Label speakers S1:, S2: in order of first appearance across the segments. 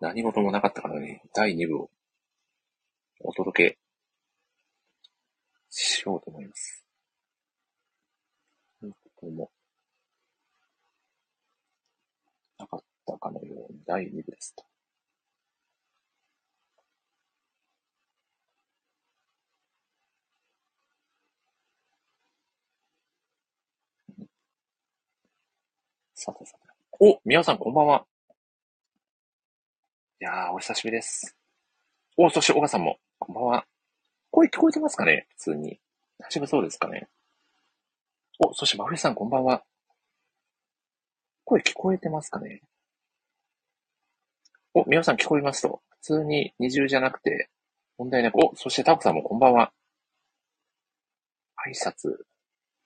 S1: 何事もなかったかのように、第二部を、お届け、しようと思います。何事も、なかったかのように、第二部ですと。さてさて。お、皆さんこんばんは。いやー、お久しぶりです。お、そして、岡さんも、こんばんは。声聞こえてますかね普通に。大丈夫そうですかねお、そして、まふりさん、こんばんは。声聞こえてますかねお、皆さん聞こえますと。普通に二重じゃなくて、問題なく。お、そして、タコさんも、こんばんは。挨拶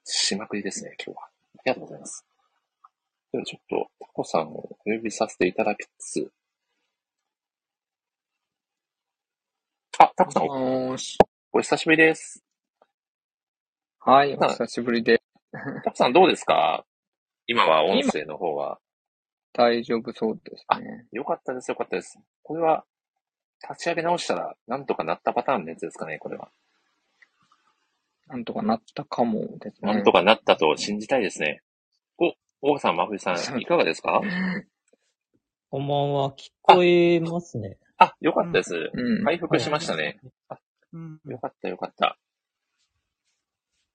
S1: しまくりですね、今日は。ありがとうございます。では、ちょっと、タコさんをお呼びさせていただきつつ、あ、タコさん、お
S2: もーし。
S1: お久しぶりです。
S2: はい、お
S1: はい
S2: 久しぶりで
S1: タコさんどうですか今は音声の方は。
S2: 大丈夫そうですね。
S1: よかったです、よかったです。これは、立ち上げ直したら、なんとかなったパターンのやつですかね、これは。
S2: なんとかなったかもですね。
S1: なんとかなったと信じたいですね。お、大川さん、まふりさん、いかがですか
S3: こんばんは。聞こえますね。
S1: あ、よかったです。
S2: うん。
S1: 回復しましたね。
S4: うん。
S1: よかった、よかった。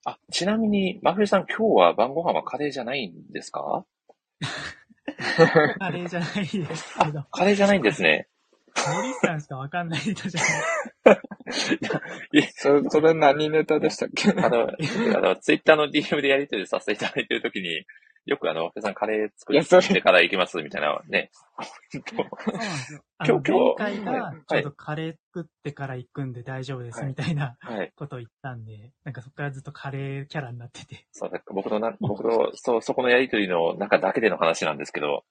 S1: あ、ちなみに、まふりさん、今日は晩ご飯はカレーじゃないんですか
S4: カレーじゃないですけど、
S1: カレーじゃないんですね。
S4: 森さんしかわかんない人じゃない。
S2: それ、それ何ネタでしたっけ
S1: あの、あの、ツイッターの DM でやり取りさせていただいてるときに、よくあの、ふさんカレー作
S2: いやそれ
S1: ってから行きますみたいなね。
S4: そうなんですよ。あ
S1: 今
S4: の
S1: 日今
S4: 前
S1: 日
S4: 回
S1: は
S4: が
S1: い、
S4: ちょっとカレー作ってから行くんで大丈夫ですみたいな
S1: はい。
S4: ことを言ったんで、なんかそこからずっとカレーキャラになって て。
S1: そうだ僕のな、僕の、そう、そこのやりとりの中だけでの話なんですけど、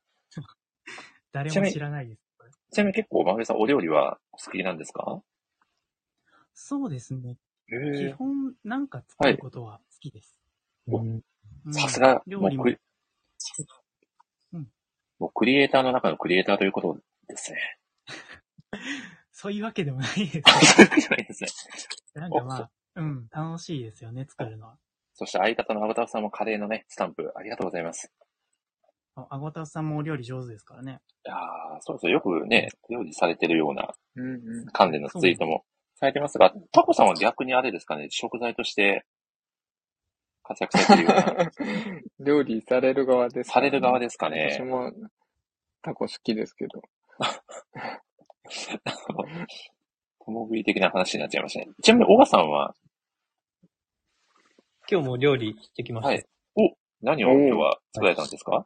S4: 誰
S1: ちなみ
S4: も
S1: に
S4: 知らないです。これ
S1: ちなみに結構、まふりさん、お料理はお好きなんですか
S4: そうですね。基
S1: へ
S4: 本、なんか作ることは好きです。
S1: お
S3: うん
S4: うん
S1: さすが、
S4: 料
S1: も
S4: 理
S1: う
S4: も
S1: クリ、
S4: うん
S1: もうクリエイターの中のクリエイターということですね。
S4: そういうわけでもな い
S1: そういう
S4: です。
S1: わけじゃないですね。
S4: なんかまあ、うん、楽しいですよね、作るのは。
S1: そして相方のアバターさんもカレーのね、スタンプ、ありがとうございます。
S4: あアゴタフさんもお料理上手ですからね。
S1: いやーそうそう、よくね、料理されてるような
S2: うんうん。
S1: 関連のツイートもされてますが、タコさんは逆にあれですかね、食材として活躍されてるよう な、
S2: 料理される側です、
S1: される側
S2: で
S1: ですか
S2: 私
S1: ね。
S2: もタコ好きですけど。
S1: 共食い的な話になっちゃいましたね。ちなみに、小川さんは
S3: 今日も料理してきました。
S1: はい何を今日は作られたんですか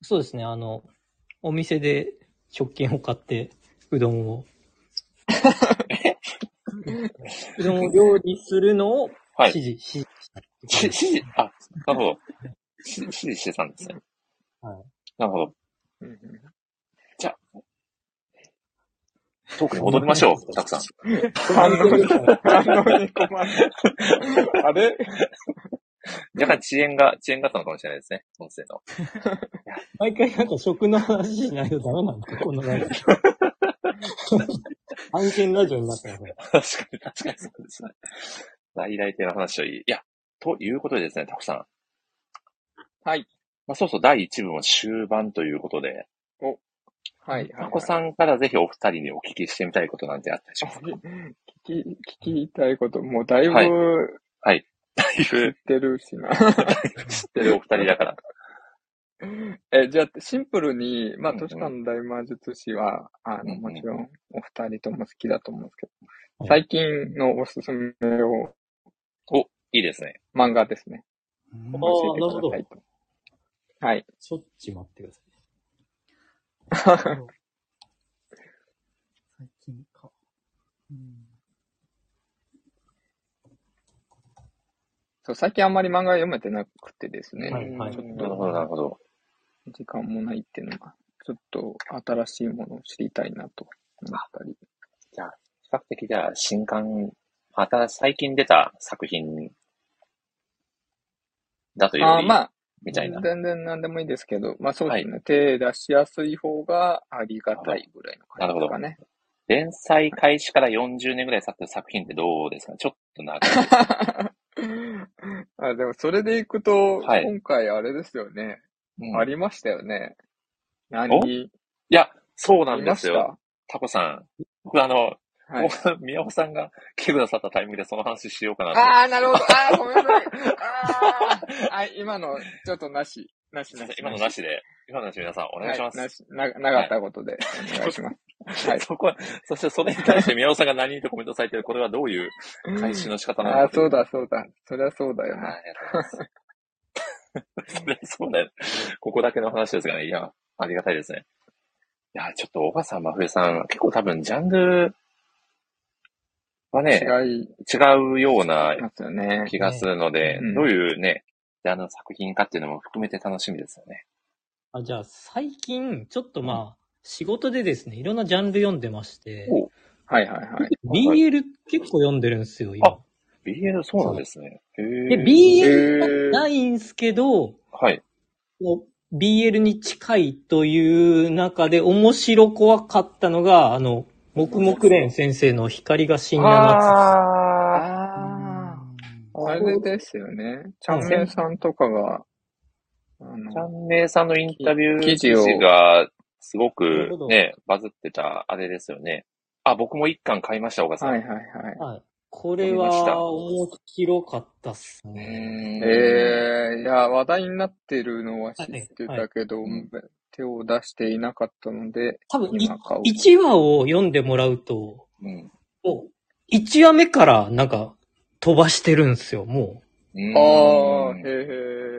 S3: そうですね。あの、お店で食券を買って、うどん を。うどんを料理するのを
S1: はい
S3: 指示、指示したって
S1: し
S3: 感
S1: 指示、あ、なるほ
S3: じ。
S1: ど。し指示してたんですね。
S3: はい
S1: なるほど。
S2: うんうん
S1: トークに戻りましょう、たくさん。
S2: 反応に、反応に困る。あれ
S1: 若干遅延が、遅延があったのかもしれないですね、音声の。
S3: 毎回なんか食の話しないとダメなんだ、こ のラジオ。安全ラジオになったよ、これ。
S1: 確かに、確かにそうですね。大々的な話より。いや、ということでですね、たくさん。
S2: はい。
S1: まあ、そうそう、第1部も終盤ということで、
S2: はい、はい。
S1: タコさんからぜひお二人にお聞きしてみたいことなんてあったでしょうか
S2: 聞き、聞きたいこと、もうだいぶ
S1: はいだい
S2: 知っ
S1: ぶ
S2: てるしな。
S1: 知ってるお二人だから。
S2: え、じゃあ、シンプルに、まあ、
S1: うんうん
S2: トシカの大魔術師は、あ
S1: うんう
S2: の、
S1: ん
S2: もちろん、お二人とも好きだと思うんですけ
S3: は
S2: ど、
S3: い
S2: 最近のおすすめを、
S1: いいですね。
S2: 漫画ですね。
S4: うん
S3: あー
S2: 教えてくださいと。はい。
S3: しょっちゅう待ってください。
S4: そう最近か。うん
S2: そう、最近あんまり漫画読めてなくてですね、
S3: はいはい
S2: ちょっ
S1: なるほど、なる
S2: と、
S1: ほど。
S2: 時間もないっていうのが、ちょっと新しいものを知りたいなと思ったり。
S1: 比較的じゃあ、新刊、また最近出た作品だというよ
S2: あー
S1: り、
S2: まあ、
S1: みたいな。
S2: 全然何でもいいですけど、まあそうですね。
S1: は
S2: 手出しやすい方がありがたいぐらいの感じですかね。
S1: 連載開始から40年ぐらい経ってる作品ってどうですかちょっと長い。
S2: あでもそれでいくと、
S1: はい
S2: 今回あれですよね。
S1: うん
S2: ありましたよね。
S1: お
S2: 何
S1: いや、そうなん
S2: 見
S1: で
S2: ますした
S1: よ。タコさん。僕あの、
S2: は
S1: も
S2: い。
S1: う宮尾さんが来てくださったタイミングでその話しようかなと。
S2: ああ、なるほど。ああ、ごめんなさい。 あーあ、今の、ちょっとなし。なし
S1: すいま
S2: な
S1: せん
S2: し。
S1: 今のなしで、今のなし皆さんお願いします。
S2: はい、なしな、なかったことで、お願いします。はい。
S1: そこは、そしてそれに対して宮尾さんが何とコメントされてる、これはどういう 開始の仕方なのか。
S2: ああ、そう。だ、そうだ。そりゃそうだよ
S1: はい、
S2: な。
S1: ありがとうございます。 それそうだよ。ここだけの話ですがね、いや、ありがたいですね。いや、ちょっと、おばさん、真冬さん、結構多分、ジャンルはね、
S2: 違い
S1: 違うような
S2: ますよね。
S1: 気がするので、
S2: うん
S1: どういうね、ジャンルの作品かっていうのも含めて楽しみですよね。
S3: あじゃあ、最近、ちょっとまあ、仕事でですね、いろんなジャンル読んでまして、
S1: お
S2: はいはいはい。
S3: BL 結構読んでるんですよ、今。
S1: BL そうなんですね。へー
S3: で、BL はないんすけど、
S1: はい。
S3: こう BL に近いという中で面白怖かったのが、あの、黙々蓮先生の光が死んだ夏。
S1: あ
S2: あ
S4: う
S2: あ、あれですよね。ちゃんめんさんとかが、あ
S1: ーちゃ
S2: の、
S1: んめいさんのインタビュー記
S2: 記事を
S1: 事が、すご
S3: なる
S1: く
S3: ほど
S1: ね、バズってた、あれですよね。あ、僕も一巻買いました、岡さん。
S2: はいはいはい。
S3: はい。これ
S1: 読みました
S3: は面白かったっす
S1: うー
S3: ね。
S1: ん
S2: ええいや、話題になってるのは知ってたけど、
S1: はいはい
S2: 手を出していなかったので、
S3: 多分い
S2: 今買おう。
S3: 1話を読んでもらうと、
S1: うん。
S3: もう、1話目からなんか飛ばしてるんですよ、も
S1: うーん
S2: ああ、へえへ
S3: う。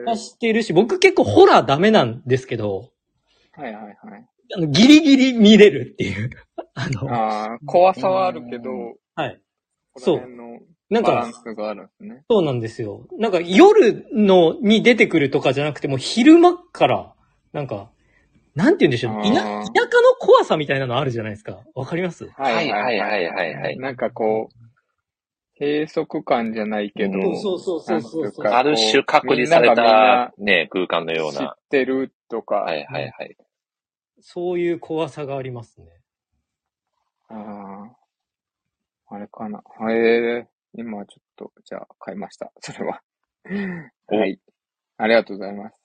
S2: え。
S3: 飛ばしてるし、僕結構ホラーダメなんですけど、
S2: はいはいはい。
S3: あのギリギリ見れるっていう。 あの、
S2: ああ、怖さはあるけど、
S1: うん
S2: こ
S3: はい。
S2: の
S3: そう
S2: 辺の
S3: なん
S2: バラ
S3: か
S2: ン、スがあるんですね。
S3: そうなんですよ。なんか夜のに出てくるとかじゃなくてもう昼間から、なんか、なんて言うんでしょ
S2: あ
S3: う。
S2: ー
S3: 田田舎の怖さみたいなのあるじゃないですか。わかります
S1: はいはいはいはいはい。
S2: なんかこう、閉塞感じゃないけど、
S1: うん
S3: そうそうそうそうそう
S2: なんて
S1: あ
S2: いうかこう
S1: る種隔離され
S2: みんなが
S1: た、ね、空間の
S2: みん
S1: よ
S2: な
S1: う
S2: 知っ
S1: な。
S2: てるとか、
S1: はいはいはい。
S3: そういう怖さがありますね。
S2: ああ、あれかな。へえ、今ちょっと、じゃあ買いました。それは。
S1: お
S2: はい。ありがとうございます。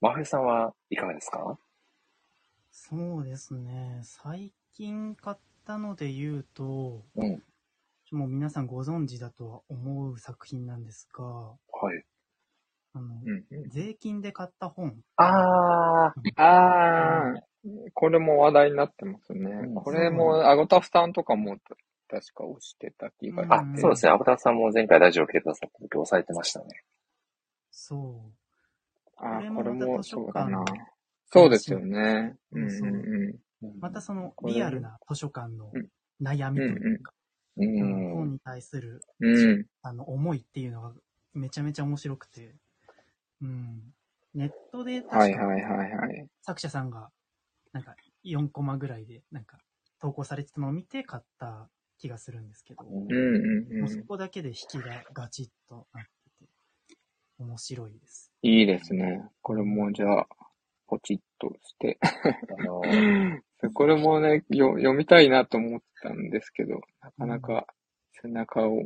S1: 真冬さんはいかがですか
S4: そうですね。最近買ったので言うと、
S1: うん
S4: もう皆さんご存知だとは思う作品なんですが、
S1: はい。
S4: あ
S2: う
S4: の、
S2: んうん。
S4: 税金で買った本。
S1: あ
S2: ああ、これも話題になってますね
S1: うん。
S2: これも、アゴタフさんとかも、確か押してた気が
S1: あ。あ
S4: う、ん
S1: そうですね。アブタさんも前回ラジオ来てくださった時押されてましたね。
S4: そう。
S2: あ
S4: これ
S2: ー
S4: も
S2: これ
S4: ま
S2: も
S4: た図書
S2: そう
S4: 館
S2: だな
S4: の。
S2: そうですよね。うんうん
S4: そう
S2: う
S4: またその
S2: これ
S4: リアルな図書館の
S2: うん
S4: 悩みというか、
S1: う
S4: うん本
S1: ん。
S4: に対する
S2: ん。うん。
S4: あの思いっていうのがめちゃめちゃ面白くて、うん。ネットで
S2: は
S4: 確
S2: いはいは
S4: か
S2: いはい。
S4: 作者さんがなんか4コマぐらいでなんか投稿されてたのを見て買った気がするんですけど、も
S2: うんうん
S4: うそ
S2: うん。
S4: こだけで引きがガチッとなってて、面白いです。
S2: いいですね。これもじゃあ、ポチッと して。
S1: あの、
S2: これもね、よ読みたいなと思ってたんですけど、なかなか背中を、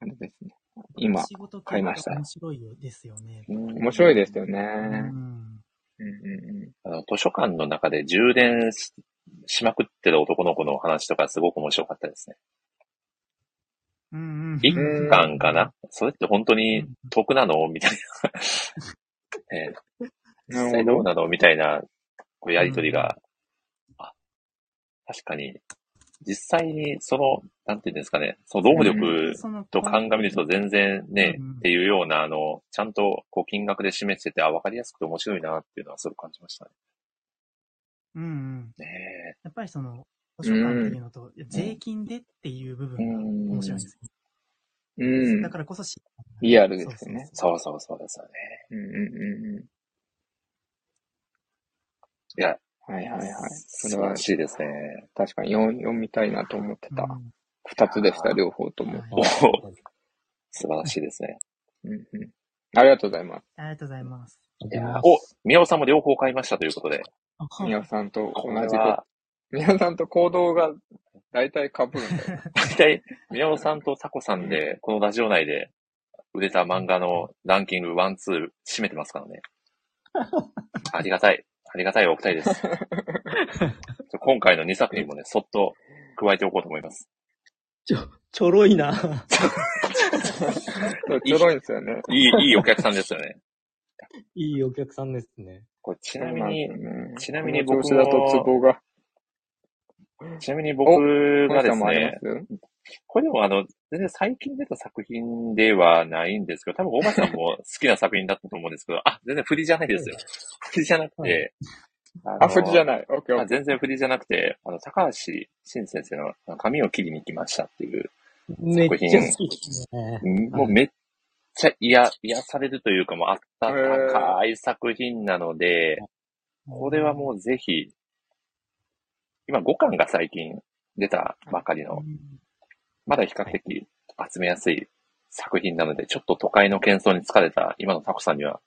S2: あれですね。今、
S4: 仕事
S2: 買いました
S4: 面白いよですよね。
S2: 面白いですよね。
S4: う
S2: うん
S4: ん。
S2: うんうん
S1: あの、図書館の中で充電ししまくってる男の子のお話とかすごく面白かったですね。
S4: うんうん。
S1: 一
S2: うん
S1: 巻かなそれって本当に得なのみたいな。ね、実
S2: な
S1: 際
S2: るほ
S1: ど
S2: ど
S1: う。なのみたいな、こうやりとりが、あ、確かに、実際にその、なんていうんですかね、その労力
S4: その
S1: と鑑みると全然ね、
S4: うん
S1: っていうような、あの、ちゃんとこう金額で示してて、あ、わかりやすくて面白いなっていうのはすごく感じましたね。
S4: うんうん。
S1: ねえ
S4: やっぱりその、図書館っていうのと、税金でっていう部分が面白いですね。
S2: うん
S4: だ。からこそ知
S2: リアルですね。
S4: そう
S1: そうそうそうですよね。
S2: うんうんうんうん。
S1: いや、
S2: はいはいはい。
S1: 素
S2: それ
S1: 晴
S2: は
S1: らしいですね。
S2: 確かに読読みたいなと思って
S4: そう
S2: た
S4: う。ん
S2: 二つでした、両方とも。
S1: おお素晴らしいですね。
S2: うんうん。ありがとうございま
S4: ありがとうございます。
S1: いやーお、宮尾さんも両方買いましたということで。
S4: あ
S2: す。宮尾さんと
S1: こ
S2: 同
S1: れ
S2: じこ
S1: は、
S2: 宮尾さんと行動が大体被るんだよ。
S1: 大体、宮尾さんとタコさんで、このラジオ内で売れた漫画のランキングワンツー占めてますから ね。ありがたい。ありがたいお二人 です。今回の2作品もね、そっと加えておこうと思います。
S3: ちょろいな。
S2: そうちょろいんですよね。
S1: いい、いいお客さんですよね。
S3: いいお客さんですね。
S1: これちなみに
S2: そ、うなんですよね
S1: ちなみに僕も
S2: この調子だとツボが。
S1: ちなみに僕が
S2: 皆
S1: で
S2: さ
S1: す
S2: んもありま
S1: ね
S2: す、うん
S1: これでもあの、全然最近出た作品ではないんですけど、多分おばさんも好きな作品だったと思うんですけど、あ、全然振りじゃないですよ。振りじゃなくて、
S2: あ、富士じゃ
S1: ない
S2: ない。オッケーオ
S1: あ
S2: ッケー。
S1: 全然振りじゃなくて、あの、高橋真先生の髪を切りに来ましたっていう、
S3: めっ
S1: 作品
S3: ちゃ好きですね。
S1: もうめっちゃ癒、癒されるというかもうあったかい作品なので、これはもうぜひ、今5巻が最近出たばかりの、まだ比較的集めやすい作品なので、ちょっと都会の喧騒に疲れた今のタコさんには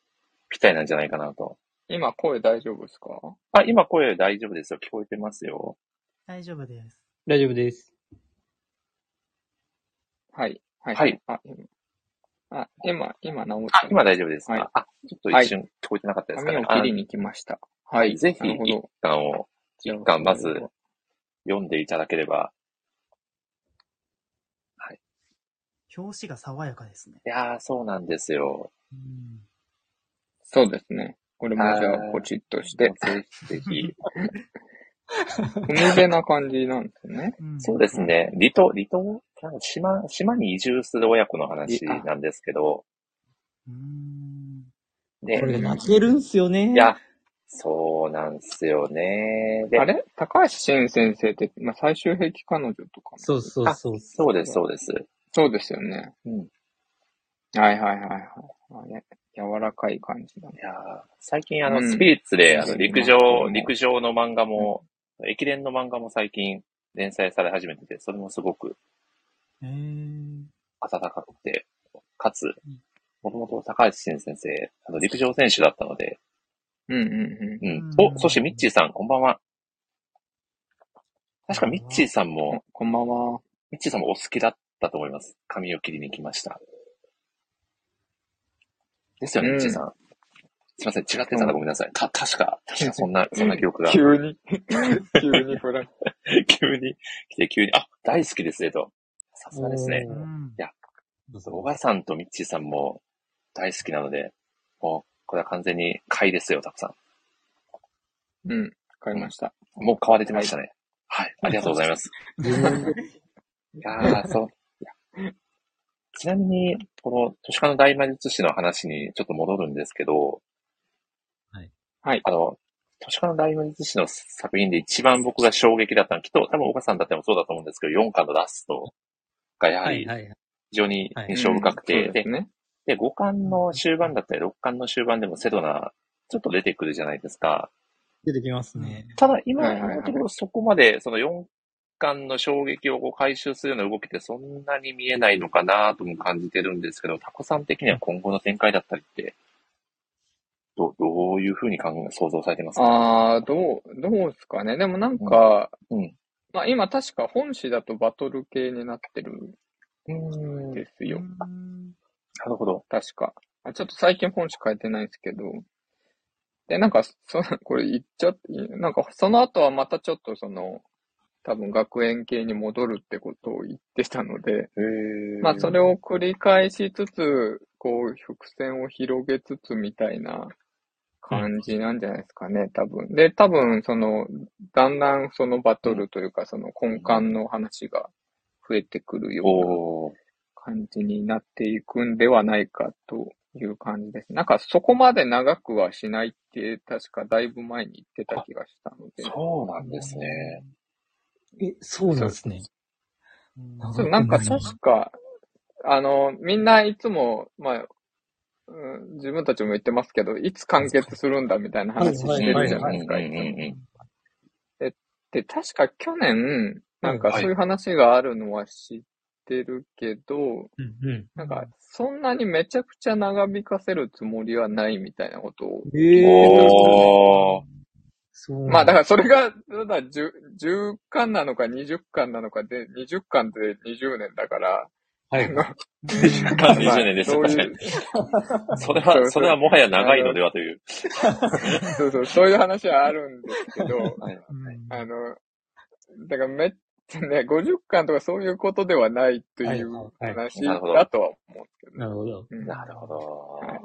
S1: ぴったりなんじゃないかなと。
S2: 今声大丈夫ですか
S1: あ、今声大丈夫ですよ。聞こえてますよ。
S4: 大丈夫です。
S3: 大丈夫です。
S2: はい。はい。
S1: はい。
S2: あ、今、あ今、今直した
S1: あ、。今大丈夫ですか、
S2: はい
S1: あ、ちょっと一瞬聞こえてなかったですか
S2: 髪
S1: ね。
S2: を切りに来ました。はい。
S1: ぜひ
S2: なるほ
S1: 一
S2: ど。
S1: 巻を
S2: じゃあ
S1: 一巻まず読んでいただければ。
S4: 表紙が爽やかですね。
S1: いやー、そうなんですよ。
S4: うん
S2: そうですね。これもじゃ
S1: は
S2: あ、
S1: い
S2: ポチッとして。
S1: ぜひぜひ。
S2: 海辺な感じなんですね。
S4: うん
S1: そうですね。離島、離島なんか島、島に移住する親子の話なんですけど、
S4: うん
S1: で
S3: こ、れが泣けるんすよね。
S1: いや、そうなんすよね。 で
S2: あれ高橋新先生って、まあ、最終兵器彼女とかも
S3: そうそうそう。
S1: そうです、そうです。
S2: そうですよね。
S1: うん。い
S2: はいはいはいはい。あれ柔らかい感じだね。
S1: やー最近あの、
S2: うん
S1: スピリッツで、あの、
S2: うん
S1: 陸上、
S2: うん
S1: 陸上の漫画も、駅伝の漫画も最近連載され始めてて、それもすごく
S4: えー
S1: 暖かくて、かつ、もともと高橋新先生、あの、陸上選手だったので、
S2: うんうん
S1: う
S4: うんん。
S1: お、そしてミッチーさん、こんばんは。確かミッチーさん
S2: うん。
S1: も、
S2: おこんばんは。
S1: ミッチーさんもお好きだったと思います。髪を切りに来ました。ですよね、
S2: うん
S1: ミッチーさん。すいません、違ってたらごめんなさい。た、確か、確かそんな、そんな記憶 が。急
S2: 急に、 急にフラッ
S1: に来て、急に、あ、大好きですね、と。さすがですね
S3: う。
S4: うん
S1: 小川さんとミッチーさんも大好きなので、もう、これは完全に買いですよ、たくさん。
S2: うん。買いました。
S1: もう買われてましたね。 はい、ありがとうございます。いやーそう。ちなみに、この、都市化の大魔術師の話にちょっと戻るんですけど、
S3: はい。
S2: はい
S1: あの、都市化の大魔術師の作品で一番僕が衝撃だったのは、きっと多分岡さんだってもそうだと思うんですけど、4巻のラストがやは
S3: はい
S1: り
S3: はいはい。
S1: 非常に印象深くて、
S2: うんそう
S1: で
S2: ですね。
S1: で、5巻の終盤だったり、6巻の終盤でもセドナ、ちょっと出てくるじゃないですか。
S3: 出てきますね。
S1: ただ、今
S2: はいはいはい
S1: のところそこまで、その4巻の衝撃をこう回収するような動きってそんなに見えないのかなとも感じてるんですけど、タコさん的には今後の展開だったりって、どどういうふうに考え想像されてますか
S2: ああ、どう、どうですかね。でもなんか、
S1: うん。
S2: まあ今確か本誌だとバトル系になってるん
S1: うーん。な
S2: ですよ。
S4: うん
S1: るほど。
S2: 確か。あちょっと最近本誌変えてないんですけど。で、なんか、そ、 これ言っちゃっていい、なんかその後はまたちょっとその、多分学園系に戻るってことを言ってたので、
S1: へー
S2: まあそれを繰り返しつつ、こう、伏線を広げつつみたいな感じなんじゃないですかね、多分。で、多分、その、だんだんそのバトルというか、その根幹の話が増えてくるような
S1: おー
S2: 感じになっていくんではないかという感じです。なんかそこまで長くはしないって、確かだいぶ前に言ってた気がしたので。
S1: そうなんですね。
S3: え、そうなんですね。
S4: うん
S3: あ
S2: そう、なんか
S3: そうなんだ
S2: 確か、あの、みんないつも、まあ、うん、自分たちも言ってますけど、いつ完結するんだみたいな話してるじゃないですか。
S1: うんうんうんうん
S2: で、確か去年、なんかそういう話があるのは知ってるけど、
S3: うんうん。
S2: なんかそんなにめちゃくちゃ長引かせるつもりはないみたいなことを。
S3: えー、
S1: おー。
S3: そう、
S2: まあだかららそれが、ただ 10, 10巻なのか20巻なのかで、20巻って20年だから、
S3: は
S2: あ
S3: い
S2: の、
S1: 10巻20年です
S2: まあ
S1: 確
S2: そう
S1: かに
S2: いう。
S1: それ
S2: そ
S1: は、
S2: う
S1: それはもはや長いのではという。
S2: そうそう、そういう話はあるんですけ ど、
S1: はい。
S4: うん
S2: あの、だからめっちゃね、50巻とかそういうことではないとい
S3: は
S2: う
S3: いはいはい
S2: 話
S1: なるほど
S2: だとは思うんですけどね
S3: なるほど。
S2: うん
S1: なるほど。
S2: はい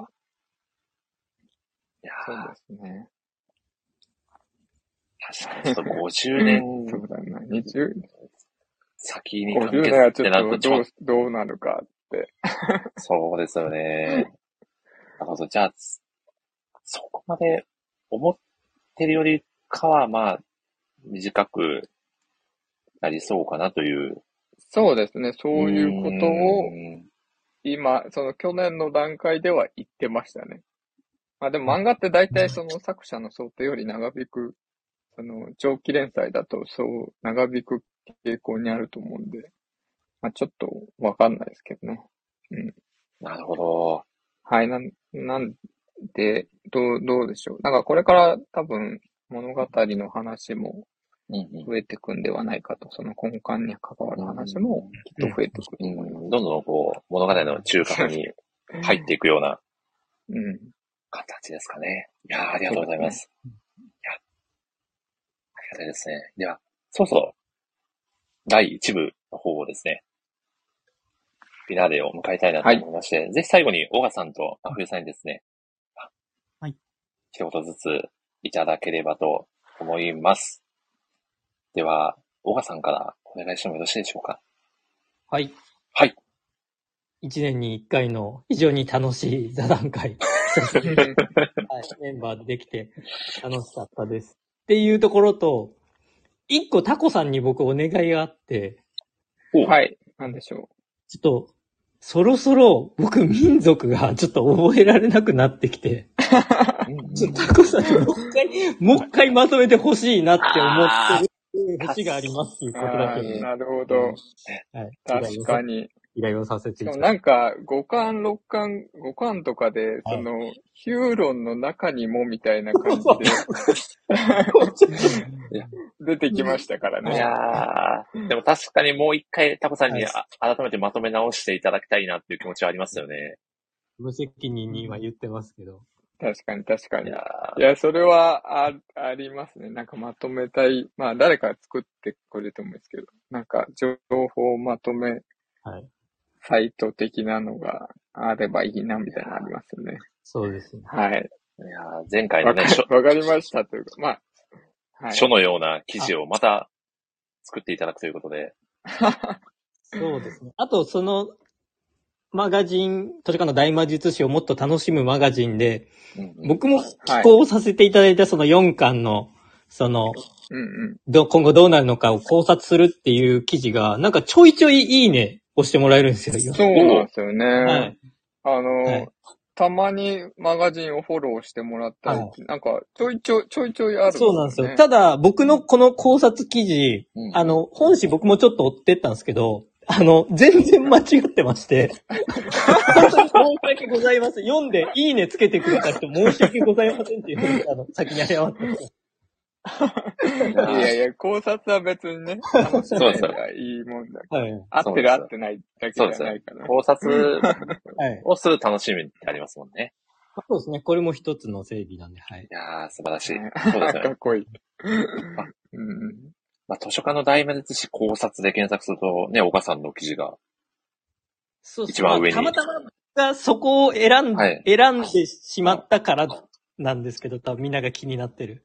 S1: いや
S2: そうですね。
S1: ー確かにちょっと50年
S2: そうだな。20、
S1: 先に完
S2: 50
S1: 結
S2: 年は
S1: っ
S2: ち
S1: てなる
S2: ょ
S1: と
S2: っと
S1: ちょ
S2: ど
S1: っ
S2: う、どうなるか。
S1: そうですよね。なるほど。じゃあ、そこまで思ってるよりかは、まあ、短くなりそうかなという。
S2: そうですね。そういうことを
S1: う、ん
S2: 今、その去年の段階では言ってましたね。まあでも漫画って大体その作者の想定より長引く、その長期連載だとそう長引く傾向にあると思うんで、まあちょっとわかんないですけどね。
S1: なるほど。
S2: はい、なん、なんで、どう、どうでしょう。なんかこれから多分物語の話も
S1: うんうん
S2: 増えてくんではないかと、その根幹に関わる話もきっと増えてくる。
S1: うん、どんどんこう、物語の中核に入っていくような
S2: うん。
S1: 形ですかね。いやーありがとうございます。いや、ありがたいですね。では、そろそろ、第1部の方をですね、フィナーレを迎えたいなと思いまして、ぜひ最後に、オガさんと真冬さんにですね、
S4: はい。
S1: 一言ずついただければと思います。では、オガさんからお願いしてもよろしいでしょうか。
S3: はい。
S1: はい。
S3: 一年に一回の非常に楽しい座 談会。はい、メンバーでできて楽しかったです。っていうところと、一個タコさんに僕お願いがあって、
S2: はい、なんでしょ
S3: ちょっと、そろそろ僕民族がちょっと覚えられなくなってきて、ちょっとタコさんにもう一回、もう一回まとめてほしいなって思ってる節がありますっていう
S2: う。
S3: ことだ
S2: あ
S3: け
S2: ー
S3: で、
S2: なるほど。
S3: はい、
S2: 確かに。
S3: 依頼をさせて
S2: し
S3: い
S2: か
S3: た
S2: も
S3: だ
S2: ない
S3: て。
S2: んか、五巻、六巻、五巻とかで、
S3: はい
S2: その、ヒューロンの中にもみたいな感じ
S3: そう
S2: で出てきましたから
S1: い
S2: ね。
S1: やー、でも確かにもう一回タコさんに
S3: はい
S1: あ改めてまとめ直していただきたいなっていう気持ちはありますよね。
S3: 無責任に今言ってますけど。
S2: 確かに確か
S1: い
S2: に。い
S1: や
S2: や、それはあ、ありますね。なんかまとめたい。まあ、誰か作ってくれてもいいですけど、なんか、情報をまとめ、
S3: はい。
S2: サイト的なのがあればいいな、みたいなのありますよね。
S3: そうですね。
S2: はい。
S1: ー、いやー前回の
S2: わか
S1: ね、書、
S2: わかりましたというか、まあ、はい。
S1: 書のような記事をまた作っていただくということで。
S3: そうですね。あと、その、マガジン、図書館の大魔術師をもっと楽しむマガジンで、
S1: うんうん
S3: 僕も寄稿させていただいたその4巻の、その、
S2: うんうん。
S3: ど、今後どうなるのかを考察するっていう記事が、なんかちょいちょいいいね押してもらえるんですよ。
S2: そうなんですよね。
S3: はい。
S2: あの、
S3: はい
S2: たまにマガジンをフォローしてもらったり、
S3: はい
S2: なんか、ちょいちょい、ちょいちょいある、
S3: そうなんですよ。ただ、僕のこの考察記事、
S1: うん
S3: あの、本誌僕もちょっと追ってったんですけど、あの、全然間違ってま して。本当に申し訳ございません。読んで、いいねつけてくれた人申し訳ございませんっていうふうに、あの、先に謝ってます。
S1: いや
S2: いや
S1: ー
S2: いや、考察は別にね、楽し
S1: そう
S2: め
S1: です
S2: ば
S1: よ
S2: いいもんだ。
S3: はい。
S2: 合ってる
S1: そ
S2: 合
S1: うです
S2: ってないだけじ
S1: そ
S2: ゃ
S1: うです
S2: ない
S1: ね
S2: か。ら。
S1: 考察
S3: はい。
S1: をする楽しみってありますもんね。
S3: そうですね。これも一つの整備なんで、はい
S1: い。やー、素晴らしい。
S2: ね
S1: そうですよ
S2: か
S1: ね。
S2: っこいい。うん
S1: まあ、図書館の大名術師考察で検索するとね、岡さんの記事が。
S3: そうそう
S1: 一番上に
S3: まあたまたまがそこを選ん、
S1: はい
S3: 選んでしまったからなんですけど、多分みんなが気になってる。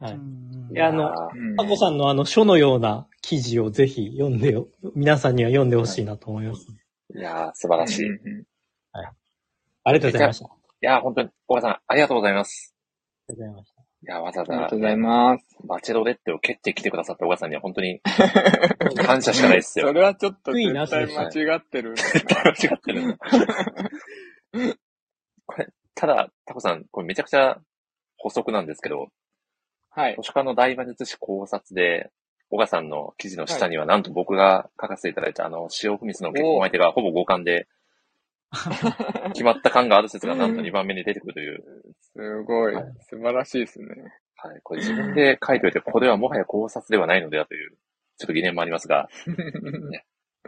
S3: はい。
S4: うん
S3: いやあの
S1: ー
S2: うん
S3: タコさんのあの書のような記事をぜひ読んでよ、皆さんには読んでほしいなと思います。
S1: いやー、素晴らしい。
S2: う
S1: い
S2: んうん
S3: ありがとうございました。あ
S1: やー、本当に、岡さん、ありがとうございます。
S3: りがとうございまし
S1: いやー、わざわ
S2: ありが
S1: ざ
S2: とう、ございます。
S1: バチェロレッテを蹴ってきてくださった岡さんには本当 に感謝しかないです
S2: そ
S1: よ。
S2: れはちょっと
S3: 低いな
S2: 絶対
S3: そ
S1: れ
S2: 間違ってる。
S1: 間違ってる。 これ、ただ、タコさん、これめちゃくちゃ補足なんですけど、
S2: はい
S1: 図。書館の大魔術師考察で、岡さんの記事の下には、なんと僕が書かせていただいた、あの、塩文スの結婚相手がほぼ合巻で、決まった感がある説がなんと2番目に出てくるという。
S2: すごい
S1: はい。
S2: 素晴らしいですね。
S1: はい。これ自分で書いておいて、これはもはや考察ではないのではという、ちょっと疑念もありますが、そ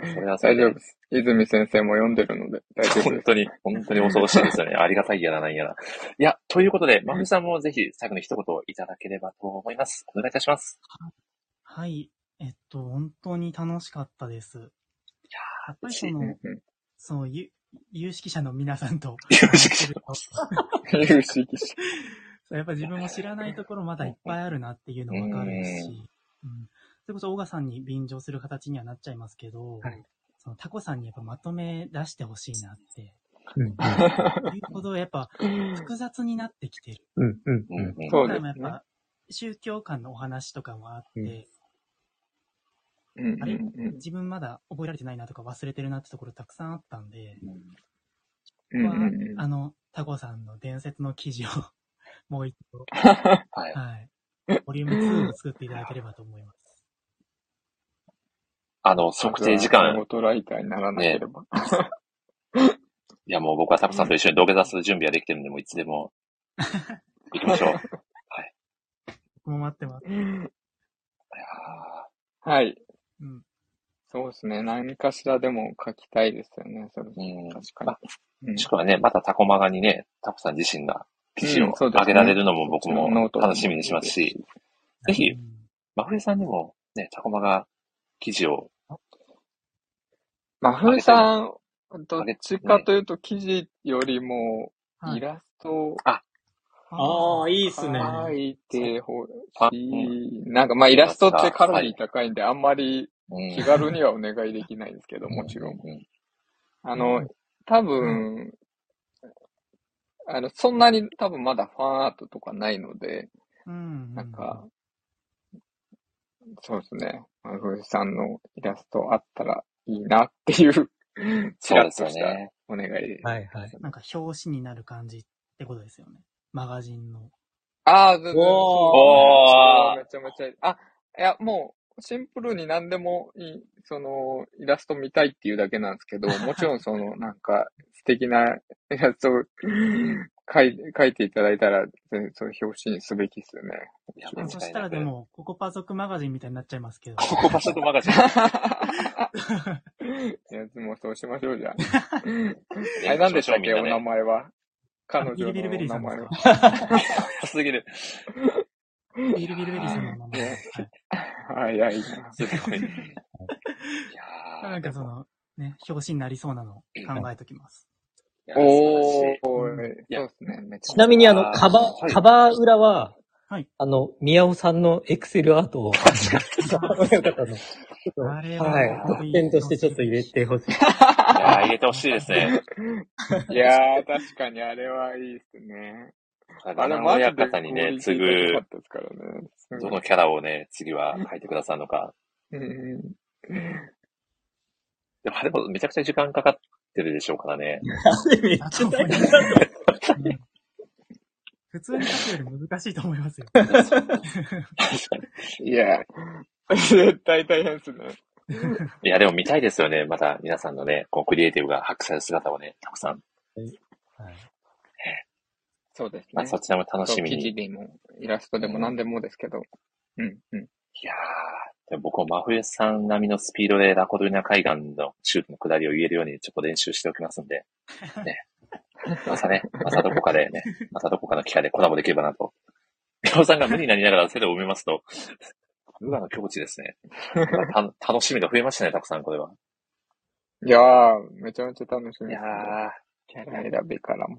S1: れはそれ
S2: 大
S1: で
S2: 丈夫です。泉先生も読んでるので大丈夫
S1: 本
S2: です。
S1: 当に、本当に恐ろしいですよ ね。ありがたいやらないやら。いや、ということで、まふみさんもぜひ最後に一言いただければと思います。お願いいたします。
S4: はい。えっと、本当に楽しかったです。やっぱ りそ
S2: うん
S4: の、
S2: う
S4: そう、ゆ有識者の皆さんと。
S1: 有識者
S2: ん有識者
S4: そうやっぱ自分も知らないところまだいっぱいあるなっていうのもわかるし、うん。それこそ、オガさんに便乗する形にはなっちゃいますけど、
S3: はい
S4: そのタコさんにやっぱまとめ出してほしいなって、
S3: うん
S4: いうほどやっぱ複雑になってきてる。
S3: うんうん
S1: うんうん
S2: そう
S4: だ
S2: です
S4: から
S2: ね
S4: やっぱ宗教観のお話とかもあって、
S3: うん
S2: うんうん
S4: あれ
S2: うん
S4: 自分まだ覚えられてないなとか忘れてるなってところたくさんあったんで、
S2: うん
S4: まあ
S2: うんうん
S4: あの、タコさんの伝説の記事を、 もう一度、
S1: はい。
S4: はい。ボリューム2を作っていただければと思います。
S1: あの、測定時
S2: 仕
S1: 間、
S2: 事ライターにならなければ。
S1: いやもう僕はタコさんと一緒に土下座する準備はできてるんで、もういつで も行きましょう。いや
S4: 僕も待ってます。
S2: はい。
S4: うん。
S2: そうですね。何かしらでも書きたいですよね。それ
S1: ーうん。
S2: 確かに。うん
S1: もしくはね、またタコマガにね、タコさん自身が記事
S2: う
S1: を
S2: んそうですね
S1: 上げられるのも僕
S2: そっちのノ
S1: も
S2: ート
S1: 楽しみにしますし、ぜひ
S4: うん、
S1: 真冬さんにもね、タコマガ記事を、
S2: まふみさん、ど
S1: あ
S2: っ
S1: げ
S2: ちかというと記事よりも、
S4: はい
S2: イラストを
S3: ああ、いいっすね。
S2: 書いてほし
S1: あ
S2: い。なんかまあイラストってカロリー高いんで、あんまり
S1: うん
S2: 気軽にはお願いできないんですけど、もちろん。
S1: うう
S2: あの、多分、あの、そんなに多分まだファンアートとかないので、
S4: うん。
S2: なんか、そうですね。まふみさんのイラストあったらいいなっていう、ち
S1: そう
S2: ら
S1: で
S2: っ
S1: す
S2: と
S1: よ
S2: した
S1: ね。
S2: お願いです。
S3: はいはい。
S4: なんか表紙になる感じってことですよね。マガジンの。
S2: ああ、全然。
S3: おー
S2: そうめちゃめちゃいい。あ、いや、もう、シンプルに何でもいい、その、イラスト見たいっていうだけなんですけ ど、もちろんその、なんか、素敵なイラストを書い書いていただいたら、全然その表紙にすべきですよ ね。
S1: いや
S2: う
S1: 間違いな
S2: ん
S1: く
S4: そしたらでも、ココパ族マガジンみたいになっちゃいますけど。
S1: ここ場所とマガジン。
S2: いや、もうそうしましょ うじゃん。あ
S1: あ
S2: れなんでしたっけ、お名
S1: ね、
S2: 前は。彼女
S4: ビ
S2: の
S4: ルビルベリー
S2: お名
S4: さんです
S2: 前は
S4: か。
S1: すぎる。
S4: ビルビルベリーさんの名前。
S2: ね
S4: は
S2: は
S4: い
S2: い、いや、いいな。
S1: すごい。いやー
S4: なんかその、ね、表紙になりそうなの考えときます。
S1: いやー素
S2: お
S1: 晴
S2: ー
S1: らしい、
S2: そう
S1: いや
S2: ですね。めちゃ
S3: ちなみにあの、
S1: あー
S3: カバ
S1: はい
S3: ー、カバー裏は、
S4: はい
S3: あの、宮尾さんのエクセルアートを、親方の、
S4: あれは
S3: はい、
S4: 本当に
S3: 特典としてちょっと入れてほしい。
S1: いやー入れてほしいです ね。
S2: いやー、確かにあれはいいです ね。
S1: バナナ親方にね、次
S2: クオ
S1: ぐ
S2: リ、ティ高かったですからね。
S1: どのキャラをね、次は書いてくださるのか。
S2: うんうん
S1: でも、あれもめちゃくちゃ時間かかってるでしょうからね。
S3: あれめっ
S4: だ
S3: ち
S4: と
S3: ゃ
S4: 思い
S3: 大
S4: ま
S3: 変
S4: すう
S3: だった。
S4: ん普通に書くより難しいと思いますよ。
S2: い や、絶対大変ですね。
S1: いや、でも見たいですよね。また皆さんのね、こう、クリエイティブが発揮される姿をね、たくさん。
S2: そうです
S1: まあ、
S2: ね。
S1: そちらも楽しみ
S2: 記
S1: に。
S2: 事でも、イラストでも何でもですけど。うん、うん。
S1: いやー、でも僕も真冬さん並みのスピードでラコドゥーナ海岸のシュートの下りを言えるようにちょっと練習しておきますんで、ね。またね、またどこかでね、またどこかの機会でコラボできればなと。りょうさんが無理になりながら背で埋めますと、無我の境地ですね。た楽しみが増えましたね、たくさんこれは。
S2: いやー、めちゃめちゃ楽しみ
S1: い
S2: で
S1: や
S2: す
S1: ー
S2: ね。、キャラ選びからも。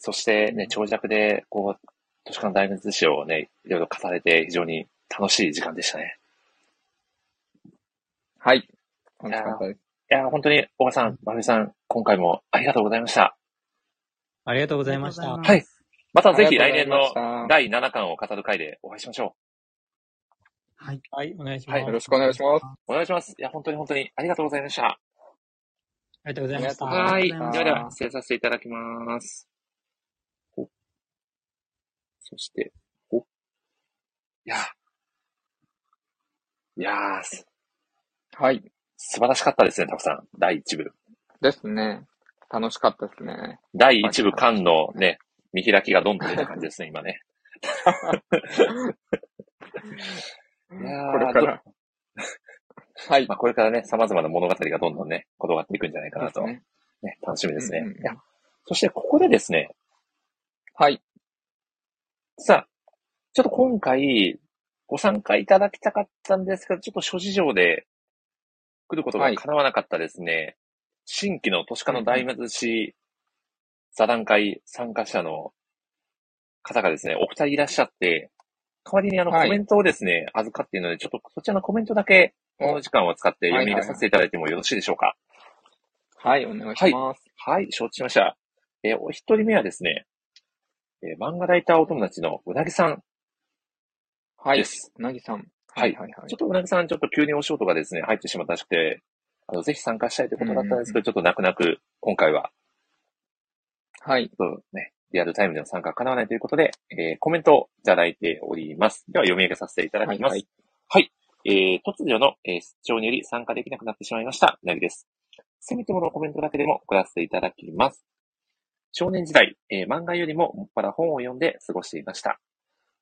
S1: そしてね、長尺で、こう、都市間大熱史をね、いろいろ語れて非常に楽しい時間でしたね。
S2: はい。楽しかったです。
S1: いやー、本当に、小川さん、まふみさん、今回もありがとうございました。
S3: ありがとうご
S4: ご
S3: ざいました。
S1: はいまたぜひ来年
S2: あり
S1: の
S2: がとうございました
S1: 第7巻を語る回でお会いしましょ
S4: はい。
S3: はい、お願いし
S1: は
S3: ます。
S1: い
S2: よろしくお願いします。
S1: う。お願いします。いや、本当に本当にありがとうございました。
S3: ありがとうございました。
S2: あ
S1: はい。
S4: り
S1: で
S4: がとう
S1: は
S4: ご
S1: で
S4: ざい
S1: は、
S4: ます
S1: 失礼させていただきます。おそして、おいやー。いやー、す
S2: はい。
S1: 素晴らしかったですね、たくさん。第1部。
S2: ですね。楽しかったですね。
S1: 第1部間のね、見開きがどんどん出た感じですね、今ね。 い
S2: こ
S1: やー
S2: れから。 はい。
S1: まあ、これからね、様々な物語がどんどんね、転がっていくんじゃないかなと、
S2: です
S1: ね
S2: ね
S1: 楽しみですね。
S2: うんうん
S1: いやそして、ここでですね、
S2: はい。
S1: さあ、ちょっと今回、ご参加いただきたかったんですけど、ちょっと諸事情で来ることが叶わなかったですね。新規の都市化の大貧し座談会参加者の方がですね、お二人いらっしゃって、代わりにあのコ
S2: はい
S1: メントをですね、預かっているので、ちょっとそちらのコメントだけ、この時間を使って読み上げさせていただいてもよろしいでしょうか。
S2: はい、お願いします。
S1: はい、承知しました。えーお一人目はですね、えー漫画ライターお友達のうなぎさん
S2: はい。
S1: で
S2: う
S1: す。
S2: なぎさん。
S1: はい
S2: はい、はい
S1: ちょっ。とうなぎさん、ちょっと急にお仕事がですね、入ってしまったらしくて、あの、ぜひ参加したいということだったんですけど、ちょっと泣く泣く、今回は、
S2: はい。
S1: ちょっとね、リアルタイムでの参加が叶わないということで、えーコメントをいただいております。では読み上げさせていただきます。
S2: は
S1: はいい、えー、突如の、えー、出張により参加できなくなってしまいました、うなぎです。せめてものコメントだけでも送らせていただきます。少年時代、えー漫画よりももっぱら本を読んで過ごしていました。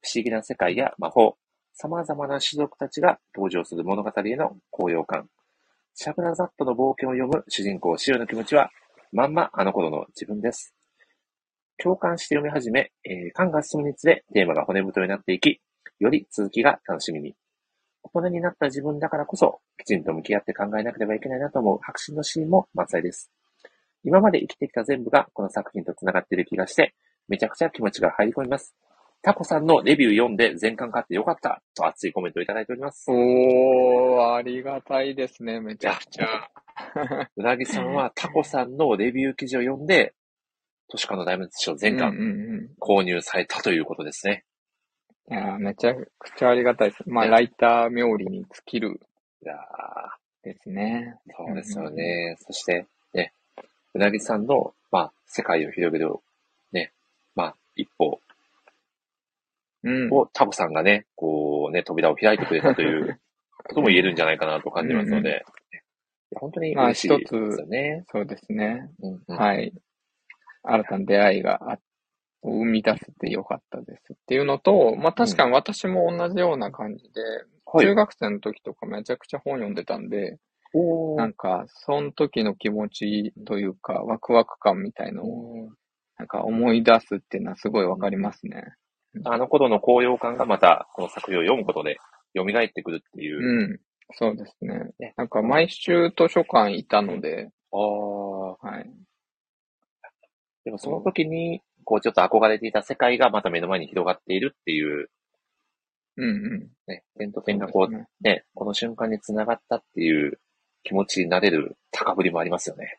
S1: 不思議な世界や魔法、様々な種族たちが登場する物語への高揚感。シャブラザットの冒険を読む主人公シオの気持ちは、まんまあの頃の自分です。共感して読み始め、えー、感が進むにつれテーマが骨太になっていき、より続きが楽しみに。大人になった自分だからこそ、きちんと向き合って考えなければいけないなと思う白真のシーンも満載です。今まで生きてきた全部がこの作品と繋がっている気がして、めちゃくちゃ気持ちが入り込みます。タコさんのレビュー読んで全巻買ってよかったと熱いコメントをいただいております。
S2: おー、ありがたいですね、めちゃくちゃ。
S1: うなぎさんはタコさんのレビュー記事を読んで、都市化の大名賞全
S2: うん
S1: 巻
S2: うんうん
S1: 購入されたということですね。
S2: いやーめちゃくちゃありがたいです。まあ、ライター冥利に尽きる
S1: いやー
S2: ですね。
S1: そうですよね。そして、ね、うなぎさんの、まあ、世界を広げる、ね、まあ、一歩
S2: うん。
S1: をタコさんがね、こうね、扉を開いてくれたということも言えるんじゃないかなと感じますので、いや本当に嬉しいですよね。
S2: そうですね。
S1: うんうん
S2: はい。新たな出会いがあを生み出せてよかったですっていうのと、まあ確かに私も同じような感じで、
S1: はい
S2: 中学生の時とかめちゃくちゃ本読んでたんで、
S1: おー
S2: なんか、その時の気持ちというか、ワクワク感みたいのを、なんか思い出すっていうのはすごいわかりますね。
S1: あの頃の高揚感がまた、この作品を読むことで、蘇ってくるっていう。
S2: うん。そうですね
S1: ね。
S2: なんか毎週図書館いたので、
S1: ああ。
S2: はい。
S1: でもその時に、こう、ちょっと憧れていた世界がまた目の前に広がっているっていう、
S2: うんうん。
S1: ね、点と点がこう、
S2: そうですね
S1: ね、この瞬間に繋がったっていう気持ちになれる高ぶりもありますよね。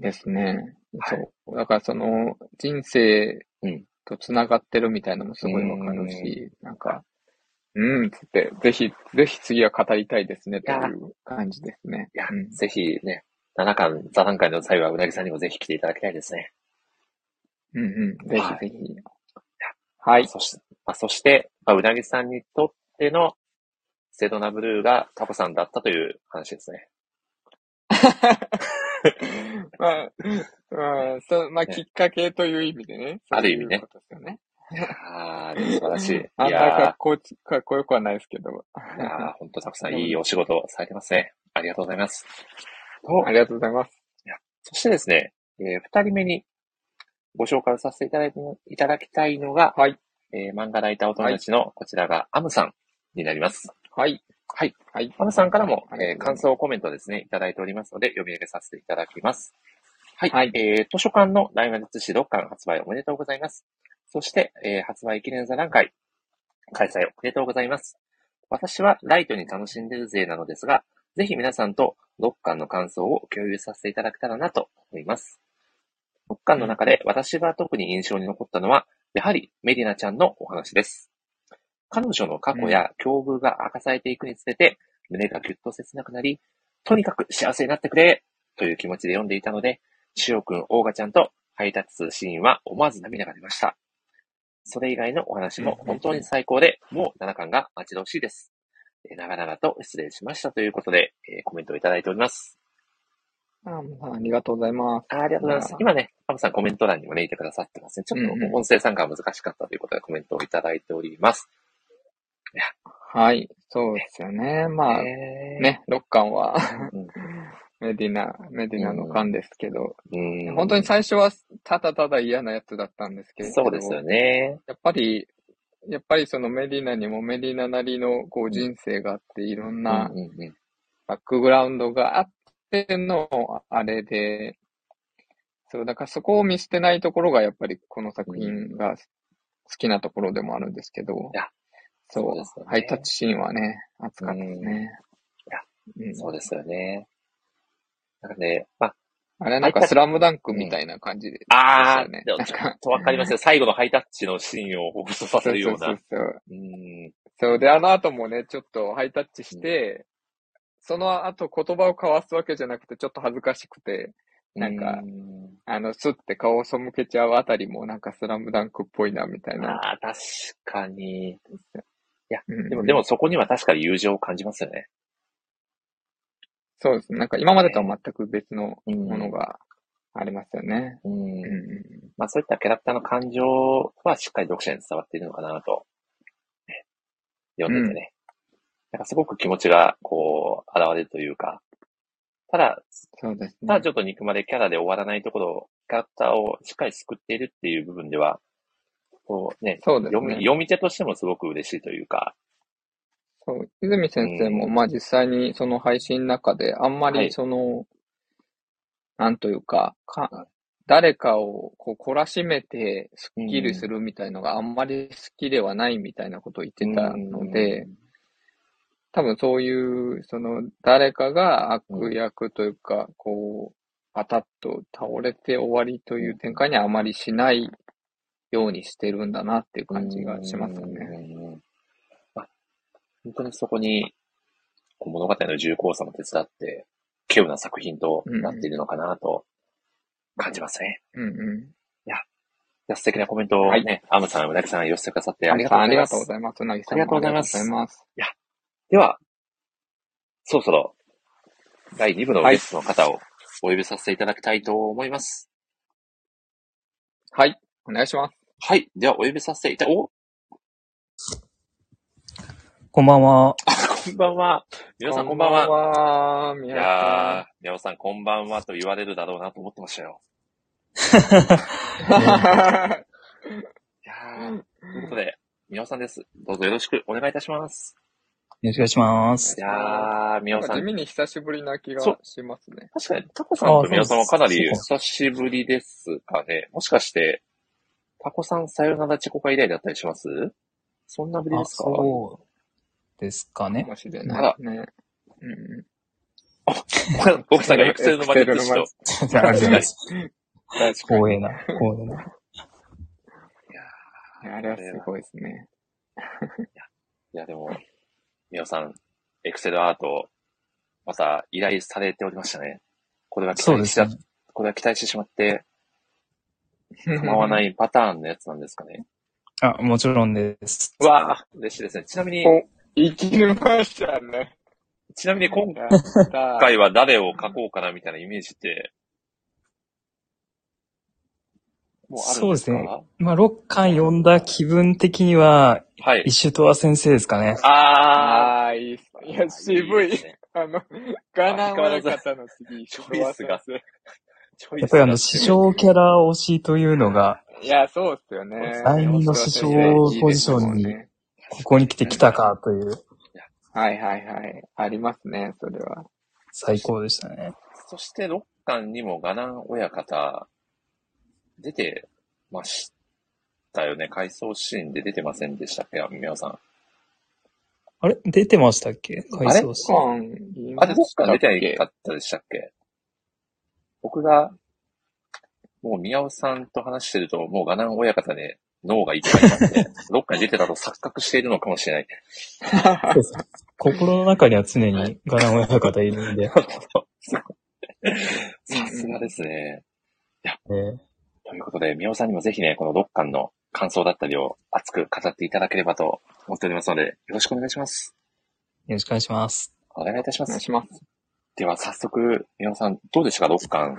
S2: ですね。
S1: はい
S2: そう。だからその人生
S1: うん
S2: とつながってるみたいなのもすごいわかるし、なんか、うん、つって、ぜひ、ぜひ次は語りたいですね、という感じですね。
S1: いや
S2: うん、
S1: ぜひね、7巻、座談会の際はうなぎさんにもぜひ来ていただきたいですね。
S2: うんうん、ぜ
S1: はい
S2: ひぜひ。はい。
S1: そして、まあ、そしてまあ、うなぎさんにとってのセドナブルーがタコさんだったという話ですね。
S2: まあ、まあ、そう、まあ、
S1: ね
S2: きっかけという意味でね。
S1: ある意味ね
S2: そういうことですよね。
S1: ああ、素晴らしい。い
S2: あんな
S1: や
S2: かっこちかっこよくはないですけど。
S1: ーいやー、本当タコさんいいお仕事をされてますね。ありがとうございます。と
S2: ありがとうございます。
S1: そしてですね、えー二人目にご紹介をさせていただいていただきたいのが、
S2: はい。
S1: えー漫画ライターお友達のこちらがアムさんになります。
S2: はい。
S1: はい。
S2: はい。
S1: アムさんからも、
S2: はい
S1: えー感想コメントですね、いただいておりますので、読み上げさせていただきます。はい。
S2: はい
S1: えー図書館の大魔術師6巻発売おめでとうございます。そして、えー発売記念座談会、開催おめでとうございます。私はライトに楽しんでる勢なのですが、ぜひ皆さんと6巻の感想を共有させていただけたらなと思います。6巻の中で私が特に印象に残ったのは、やはりメディナちゃんのお話です。彼女の過去や境遇が明かされていくにつれて、胸がぎゅっと切なくなり、とにかく幸せになってくれという気持ちで読んでいたので、しおくん、オーガちゃんとハイタッチするシーンは思わず涙が出ました。それ以外のお話も本当に最高で、もう7巻が待ち遠しいです。えー長々と失礼しましたということで、えーコメントをいただいております。
S2: あまあありがとうございます。
S1: あありがとうございます
S2: まあ。
S1: 今ね、タムさんコメント欄にもね、いてくださってますね。ちょ
S2: うん
S1: っ
S2: う
S1: と
S2: ん
S1: 音声参加は難しかったということでコメントをいただいております。
S2: はい。そうですよね。まあ、
S1: ね。
S2: ね、6巻は
S1: うん
S2: メディナ、メディナの巻ですけど、
S1: うん
S2: 本当に最初はただただ嫌なやつだったんですけれど、
S1: そうですよね。
S2: やっぱり、やっぱりそのメディナにもメディナなりのこう人生があって、いろんな
S1: うんうんうん
S2: バックグラウンドがあってのあれで、そう、だからそこを見捨てないところがやっぱりこの作品が好きなところでもあるんですけど、
S1: や
S2: そ
S1: そう
S2: う、
S1: ですよね
S2: ハイタッチシーンはね、熱かったですね。うん
S1: そうですよね。なんかね、まあ、
S2: あれなんかスラムダンクみたいな感じで、
S1: ああ、
S2: で
S1: でもち
S2: すよね
S1: ょっとわかり ますよ。最後のハイタッチのシーンを放送さ
S2: そ
S1: せ
S2: う
S1: る
S2: そ
S1: よ
S2: う
S1: う
S2: そ
S1: な
S2: う。そう。
S1: うん。
S2: そう、で、あの後もね、ちょっとハイタッチして、その後言葉を交わすわけじゃなくて、ちょっと恥ずかしくて、なんか
S1: う、
S2: あの、スッて顔を背けちゃうあたりも、なんかスラムダンクっぽいな、みたいな。
S1: ああ、確かに。
S2: うん
S1: でも、でもそこには確かに友情を感じますよね。
S2: そうですね。なんか今までとは全く別の
S1: うん
S2: ものがありますよね。
S1: うん
S2: うん。
S1: まあそういったキャラクターの感情はしっかり読者に伝わっているのかなと、ね読んでてね。なんかすごく気持ちがこう、現れるというか、ただ、
S2: そうですね。
S1: ただちょっと憎まれキャラで終わらないところを、キャラクターをしっかり救っているっていう部分では、こうね、
S2: そうです
S1: 読み
S2: ね。
S1: 読み手としてもすごく嬉しいというか、
S2: そう泉先生も、
S1: うん
S2: まあ実際にその配信の中で、あんま
S1: はい
S2: りその、なんというか、か
S1: はい
S2: 誰かをこう懲らしめてスッキリするみたいのがあんまり好きではないみたいなことを言ってたので、
S1: うん
S2: 多分そういう、その、誰かが悪役というか、こう、パタッと倒れて終わりという展開にはあまりしないようにしてるんだなっていう感じがしますよね。
S1: ね。まあ本当にそこに、こう物語の重厚さも手伝って、稀有な作品となっているのかなと感じますね。
S2: うんうん。
S1: いや素敵なコメントを
S2: は
S1: ね、
S2: い
S1: アムさん、うなぎさん寄せてくださってあ
S2: あ
S1: りが
S2: り
S1: とうござい
S2: が
S1: ます。
S2: とうございます。うなぎさん
S1: ありがとうございます
S2: ありがとうございます。
S1: では、そろそろ、第2部のゲストの方をお呼びさせていただきたいと思います。
S2: はい。お願いします。
S1: はい。では、お呼びさせていた、お
S5: こんばん
S1: こ
S5: は。
S1: んばんは。皆さん、こんばん
S2: は。
S1: は。い
S2: 宮
S1: やー、宮尾さん、こんばんはと言われるだろうなと思ってましたよ。
S2: 尾さ
S1: いや
S2: ん。
S1: ー、ということで、宮尾さんです。どうぞよろしくお願いいたします。
S5: よろしくお願いしま
S1: い。
S5: す
S1: やー、宮尾さ
S2: 地
S1: ん。
S2: 味に久しぶりな気が
S1: そう
S2: しますね。
S1: 確かに、タコさんと宮尾さんはかなり
S5: あ
S1: 久しぶりですかね。 もしかして、タコさんさよなら自己化以来だったりしますそんなぶり
S5: あ、
S1: ですか
S5: そうですか
S2: か
S5: ね。
S2: もしれ
S1: あ
S2: な
S1: ら
S2: い。ね。うん。
S1: 僕さんがエクセルのマジック と。
S5: ありがとうございます。
S2: 確かに。
S5: 光栄な、光栄な。
S2: あれはすごいですね。
S1: いや、でも、みおさん、エクセルアート、また依頼されておりましたね。これは期
S5: そう
S1: 待
S5: で
S1: し
S5: す
S1: ちゃ、
S5: ね。
S1: これは期待してしまって、構わないパターンのやつなんですかね。
S5: あ、もちろんです。
S1: うわぁ、嬉しいですね。ちなみに、
S2: お 生きりましたね。
S1: ちなみに今
S2: やった
S1: 回は誰を書こうかなみたいなイメージって、もうあるんですか
S5: そうですねまあ、6巻読んだ気分的には、
S1: はい
S5: 一。周とは先生ですかね。
S1: あ
S2: あー、いいっすね。いや、
S1: ー。
S2: 渋い。
S1: ですね
S2: あの、ガナン悪かったの 次、
S1: チョイスが
S2: 小川先
S1: チョイス
S5: やっぱりあの、師匠キャラ推しというのが、
S2: 生。いや、そうっすよね。
S5: 第二の師匠ポジションに
S2: いいですもんね
S5: ここに来てきたかという、
S2: はいはいはい。ありますね、それは。
S5: 最高でしたね。
S1: そして六巻にもガナン親方、出てましたよね。回想シーンで出てませんでしたっけ宮尾さん。
S5: あれ出てましたっけ回想し
S2: コーン言いま
S1: あれ、
S2: し
S1: 六
S2: たっ
S1: 巻
S2: け、
S1: 出てなかったでしたっけ僕が、もう宮尾さんと話してると、もうガナン親方で脳がいっぱいなん で、六巻に出てたと錯覚しているのかもしれない。
S5: そうです心の中には常にガラン親方いるんで、
S1: さすがですね。
S5: ね
S1: ということで、宮尾さんにもぜひね、この六巻の感想だったりを熱く語っていただければと思っておりますので、よろしくお願いします。
S5: よろしくお願いします。
S1: お願いいたしま
S2: お願い
S1: す。
S2: します。
S1: では早速、宮本さん、どうでしたか、6巻。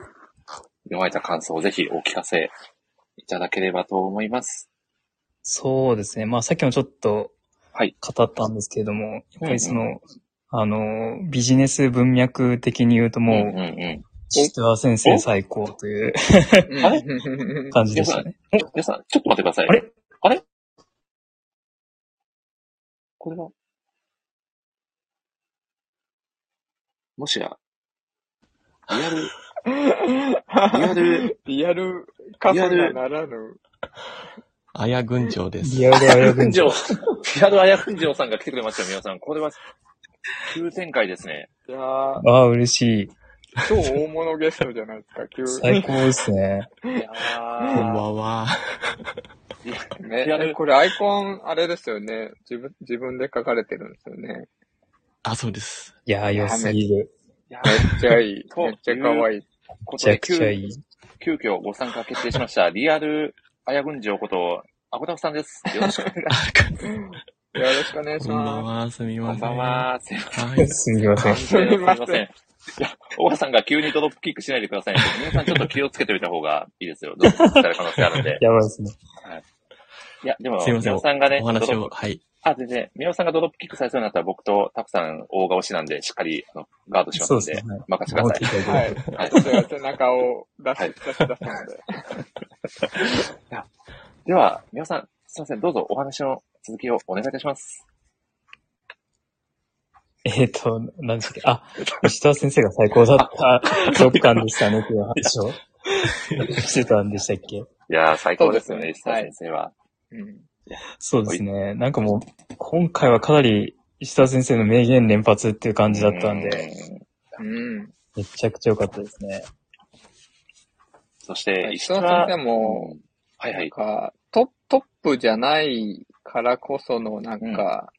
S1: 読まれた感想をぜひお聞かせいただければと思います。
S5: そうですね。まあさっきもちょっと
S1: はい
S5: 語ったんですけれども、やっぱりその、
S1: うん
S5: あの、ビジネス文脈的に言うと
S1: うんうん
S5: もう、
S1: うん。
S5: 千田先生最高という
S1: あれ
S2: うん
S5: 感じでしたね。
S1: お皆さん、ちょっと待ってください。
S5: あれ
S1: あれこれはもしや、リアル、リアル、
S2: リアルカフェがならぬ。
S6: あや群青です。
S5: リアルアヤ
S1: 群
S5: 軍
S1: 青、リアルあや群青さんが来てくれましたよ、皆さん。これは、急展開ですね。
S2: いやー、
S5: ああ、嬉しい。
S2: 超大物ゲストじゃないですか、急
S5: 最高ですね。
S2: いや
S6: こんばんは。
S2: ーね
S1: リアル
S2: これアイコン、あれですよね。自分、自分で書かれてるんですよね。
S6: あ、そうです。
S5: いやー、良すぎる。
S1: いや
S2: めっち ゃいい。
S1: と
S2: めっちゃ可愛い。
S1: こと
S5: めちゃ
S1: で
S5: くちゃいい。
S1: 急急遽ご参加決定しました、リアルあや群青こと、アコタフさんです。よろしくお願いしま
S2: よろしくお願いし
S6: こんばん
S2: ま
S6: は。すみ
S1: す。
S6: ま
S1: こ
S6: せん。
S1: んばん。は。すいません
S6: はい。
S5: すみません。
S1: すいま
S2: すいま
S1: せ
S2: せ
S1: ん。いや、大川さんが急にドロップキックしないでくださいね。皆さんちょっと気をつけておいた方がいいですよ。ドロップキックされる可能性あるん で。
S5: やばいですね。
S1: いや、でも、
S6: すいません
S1: 宮尾さんがね、
S6: お
S1: ド
S6: 話
S1: ロッ
S6: を、
S1: プ
S6: はい。
S1: あ、全然、宮尾さんがドロップキックされそうになったら僕とたくさん大顔しなんで、しっかりあのガードします
S5: そ
S1: ん
S5: う
S1: で、
S5: ですね。
S1: 任せてく
S5: 守っ
S1: だ
S5: ていただ
S2: す。
S5: け
S2: は
S5: れ
S2: い。
S1: さい。はい。
S2: 私は背中を出し、
S1: はい
S2: 出し出したので。
S1: では、宮尾さん、すいません、どうぞお話の続きをお願いいたします。
S5: えっ、と、何ですかあ、石田先生が最高だった6巻でしたねっていう話をしてたんでしたっけ
S1: いやー、最高ですよ
S2: そう
S1: ね、
S2: で
S1: 石
S2: すね
S1: 田先生は。
S2: うん
S5: そうですね。なんかもう、今回はかなり石田先生の名言連発っていう感じだったんで、
S1: うん。
S2: うん。
S5: めちゃくちゃ良かったですね。
S1: そして、
S2: 石
S1: 石田
S2: 田先生も、
S1: うんはいは
S2: なん
S1: い。
S2: か、トトップじゃないからこその、なんか、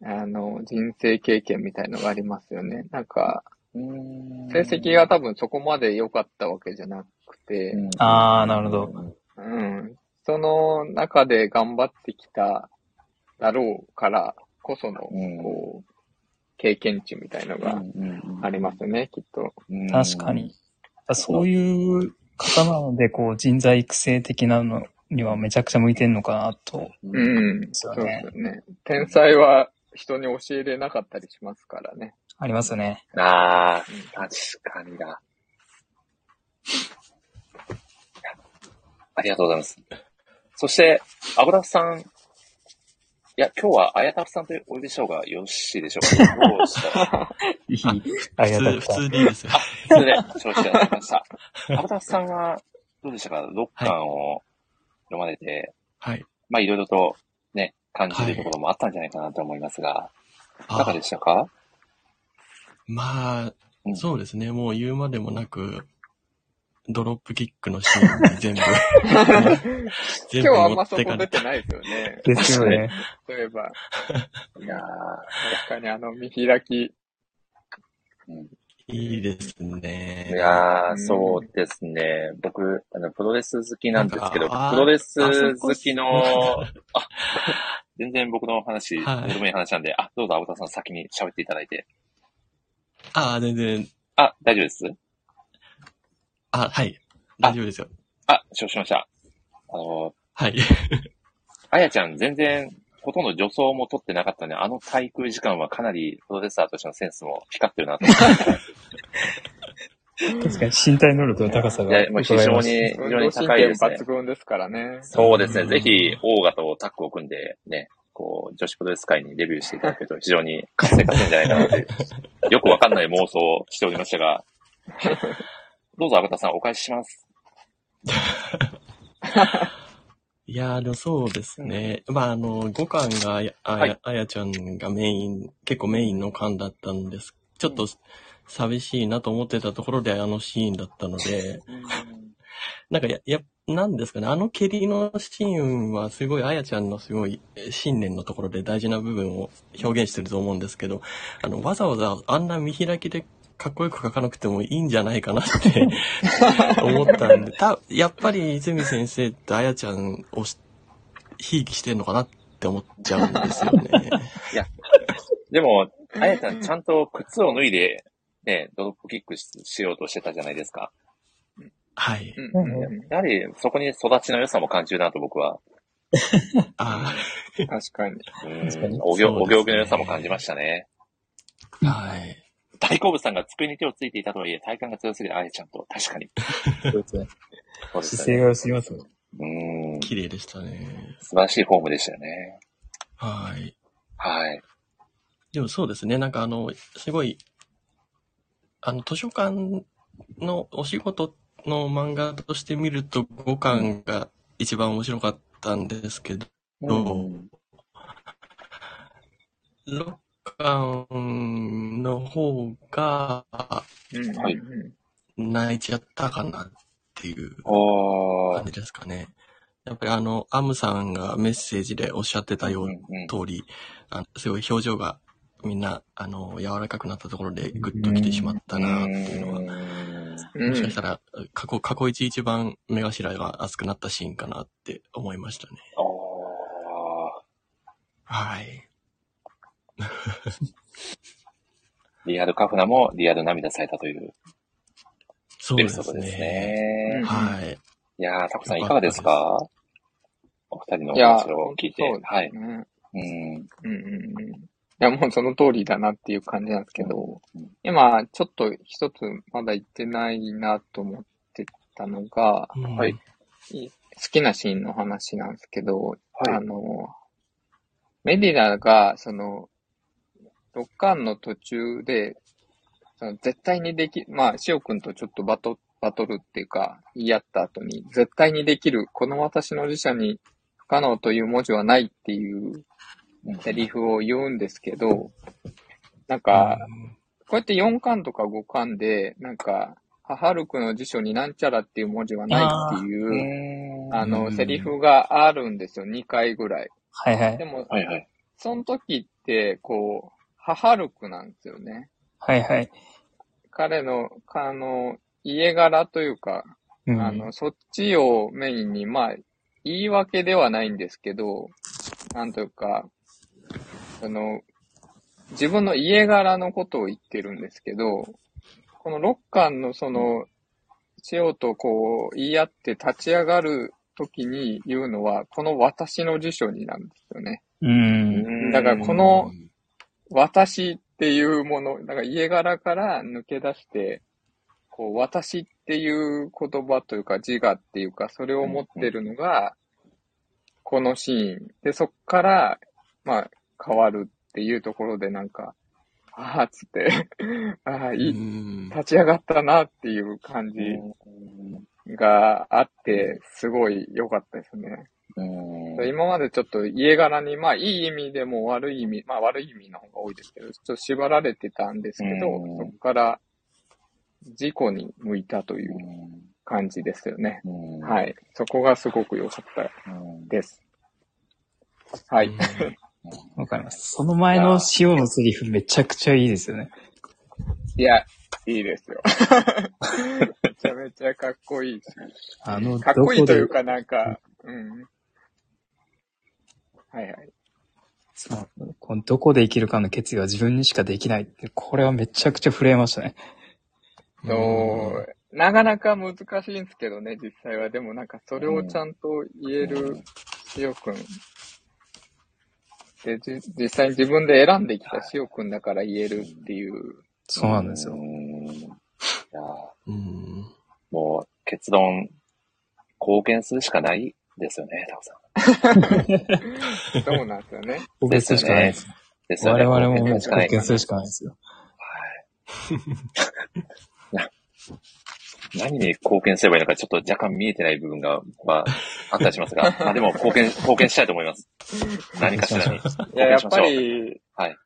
S2: あの、人生経験みたいのがありますよね。なんか、成績が多分そこまで良かったわけじゃなくて、
S5: あーなるほど
S2: うん、その中で頑張ってきただろうからこその、
S1: うん
S2: こう、経験値みたいのがありますよね、きっと。
S1: うん
S5: 確かに。。そういう方なので、こう、人材育成的なのにはめちゃくちゃ向いてんのかなと。
S1: う
S2: うんん、
S5: そ
S2: そうう
S5: で
S2: で
S5: すよ
S2: す
S5: ね
S2: よね。天才は人に教えれなかったりしますからね。
S5: ありますよね。
S1: ああ、確かにだ。ありがとうございます。そして、アブラフさん。いや、今日はあやたふさんとお呼びした方がよろしいでしょうか。どうした
S5: いい。ありが
S6: 普
S5: とうございます。
S6: 通、普通でいいですよ。
S1: それで、承知いただきました。アブラフさんは、どうでしたか ?6 巻を読まれて、
S6: はい。
S1: まあいろいろとね、感じるところもあったんじゃないかなと思いますが、いかが
S6: あ
S1: でしたか
S6: まあ
S1: うん、
S6: そうですね。もう言うまでもなく、ドロップキックのシーンに全部、
S2: 今
S6: 全
S2: 日
S6: 部
S2: はあん
S6: 持
S2: ま
S6: っ
S2: そ
S6: てか
S2: こ
S6: れ
S2: 出
S6: て
S2: て、ないですよね。
S5: ですよね。
S2: そういえば、
S1: いやー、
S2: 確かにあの見開き。
S6: いいですね。
S1: いや
S2: う
S1: ー、
S2: ん
S1: そうですね。僕、あの、プロレス好きなんですけど、
S6: なんかあー
S1: プロレス好きの
S6: あそ、
S1: あ、全然僕の話、
S6: はい
S1: どうでもいい話なんで、あ、どうぞ、青田さん先に喋っていただいて。
S6: ああ、全然、
S1: あ、大丈夫です
S6: あ、はい。
S1: あ
S6: 大丈夫ですよ。
S1: あ、承知しました。あの、
S6: はい。
S1: あやちゃん全然、ほとんど助走も取ってなかったんで、あの滞空時間はかなりプロレスラーとしてのセンスも光ってるなと思って。
S5: 確かに身体能力の高さ
S1: い
S5: が
S1: や、もう非
S5: 伺え
S1: 常
S5: ま
S1: に、
S5: し
S1: 非
S5: た
S2: 運
S1: 常に
S2: 動神
S1: 高い
S2: 経
S1: ですね
S2: 抜。群ですからね。
S1: そうですね。
S6: うん
S1: ぜひ、オーガとタッグを組んで、ね、こう、女子プロレス界にデビューしていただけると非常に活性化するんじゃないかなという、よくわかんない妄想をしておりましたが、どうぞ、アガタさん、お返しします。
S6: いやー、でもそうですね。まあ、あの、5巻があや、あや
S1: はい
S6: あやちゃんがメイン、結構メインの巻だったんです。ちょっと寂しいなと思ってたところであのシーンだったので、なんかや、や、なんですかね、あの蹴りのシーンはすごい、あやちゃんのすごいえー信念のところで大事な部分を表現してると思うんですけど、あの、わざわざあんな見開きでかっこよく書かなくてもいいんじゃないかなって思ったんで、た、やっぱり泉先生ってあやちゃんをし、ひいきしてんのかなって思っちゃうん ですよね。
S1: でも、あやちゃん、ちゃんと靴を脱いで、ね、ドロップキックししようとしてたじゃないですか。
S6: はい。
S2: うんうんう
S1: やはり、そこに育ちの良さも感じるなと僕は。
S6: あ
S2: ん確かに。
S1: うん
S5: 確かに
S1: お行
S6: そうですね
S1: お行儀の良さも感じましたね。
S6: あ、はい。
S1: 大好物さんが机に手をついていたとはいえ、体幹が強すぎるあえちゃんと、確かに。
S5: そうですね
S1: そうでした
S5: 姿勢
S1: ね。
S5: が良すぎますもん。
S1: うん。素
S6: 綺麗でしたね。
S1: 晴らしいフォームでしたよね。
S6: はい。
S1: はい。
S6: でもそうですね、なんかあの、すごい、あの、図書館のお仕事の漫画として見ると5巻が一番面白かったんですけど、
S1: うん。
S6: 6巻の方が
S2: うんうんうん
S1: はい
S6: 泣いちゃったかなっていう
S1: お
S6: 感
S1: ー。
S6: じですかね。やっぱりあの、アムさんがメッセージでおっしゃってたよう
S1: う
S6: なん
S1: うん
S6: 通り、あのすごい表情がみんな、あの、柔らかくなったところでグッと来てしまったなっていうのは、
S2: うん
S6: もしかしたら、過去、過去一一番目頭が熱くなったシーンかなって思いましたね。
S1: お
S6: はい。
S1: ーリアルカフナもリアル涙されたという
S6: そう
S1: エ
S6: で
S1: ピソー
S6: す
S1: ドです
S6: ね。
S1: ね。
S2: うん
S6: はい。
S1: いやー、タコさんいかがですかお二人のお
S2: いや
S1: 話を聞いて。
S2: そうですね
S1: はい。
S2: う
S1: う
S2: ん
S1: ん。
S2: うんうんうん。いや、もうその通りだなっていう感じなんですけど、
S1: うん
S2: 今、ちょっと一つまだ言ってないなと思ってたのが、
S6: うん
S1: はい。
S2: 好きなシーンの話なんですけど、
S1: はい
S2: あの、メディナが、その、6巻の途中で、その絶対にでき、まあ、しおくんとちょっとバト、バトルっていうか、言い合った後に、絶対にできる、この私の自社に不可能という文字はないっていうセリフを言うんですけど、なんか、こうやって4巻とか5巻で、なんか、母ルクの辞書になんちゃらっていう文字はないっていうう、
S1: ん。は
S2: あの、
S6: うん
S2: セリフがあるんですよ、2回ぐらい。
S5: はいはい
S2: で。も、
S1: いはい。
S2: その時って、こう、母ルクなんですよね。
S5: はいはい。
S2: 彼の、あの、家柄というか、
S5: うん
S2: あの、そっちをメインに、まあ、言い訳ではないんですけど、なんというか、その、自分の家柄のことを言ってるんですけど、この6巻のその、千代とこう、言い合って立ち上がる時に言うのは、この私の辞書になんですよね。
S5: うん。
S2: だからこの、私っていうもの、だから家柄から抜け出して、こう、私っていう言葉というか自我っていうか、それを持ってるのが、このシーン。で、そっから、まあ、変わるっていうところでなんか、ああ、つって、 ああ、
S6: う
S2: いい、
S6: ん
S2: 立ち上がったなっていう感じがあって、すごい良かったですね。
S1: うん。
S2: 今までちょっと家柄に、まあいい意味でも悪い意味、まあ悪い意味の方が多いですけど、ちょっと縛られてたんですけど、
S1: うん
S2: そこから事故に向いたという感じですよね。
S1: うん。
S2: はいい。そこがすごく良かった
S1: うん
S2: です。はい。
S5: わかります。その前の塩のセリフめちゃくちゃいいですよね。
S2: いや、いいですよ。 めちゃめちゃかっこいいし。
S5: あの、
S2: かっ
S5: ど
S2: こい
S5: こ
S2: いとい
S5: で
S2: う、かなんか、うん。はいはい。
S5: そうこのどこで生きるかの決意は自分にしかできないって、これはめちゃくちゃ震えましたね。
S2: そう、なかなか難しいんですけどね、実際は。でもなんかそれをちゃんと言えるしおくん。で、じ実際に自分で選んできたしおくんだから言えるっていう。
S5: そうなんです
S1: う
S5: よ。
S1: んいやー
S6: うん。
S1: もう、結論、貢献するしかないですよね、タコさん。
S2: そうなんですよね。
S5: 貢献するしかないです。
S1: ですよ
S5: 我
S1: ね。
S5: 々も
S1: 貢献するしかな
S5: 貢
S1: い
S5: 献するしかないですよ。
S1: 何に貢献すればいいのか、ちょっと若干見えてない部分が、まあ、あったりします が、まあでも貢献、貢献したいと思います。何かしらに。
S2: いや、や
S1: 貢献
S2: っぱ
S1: しましょ
S2: り、
S1: はい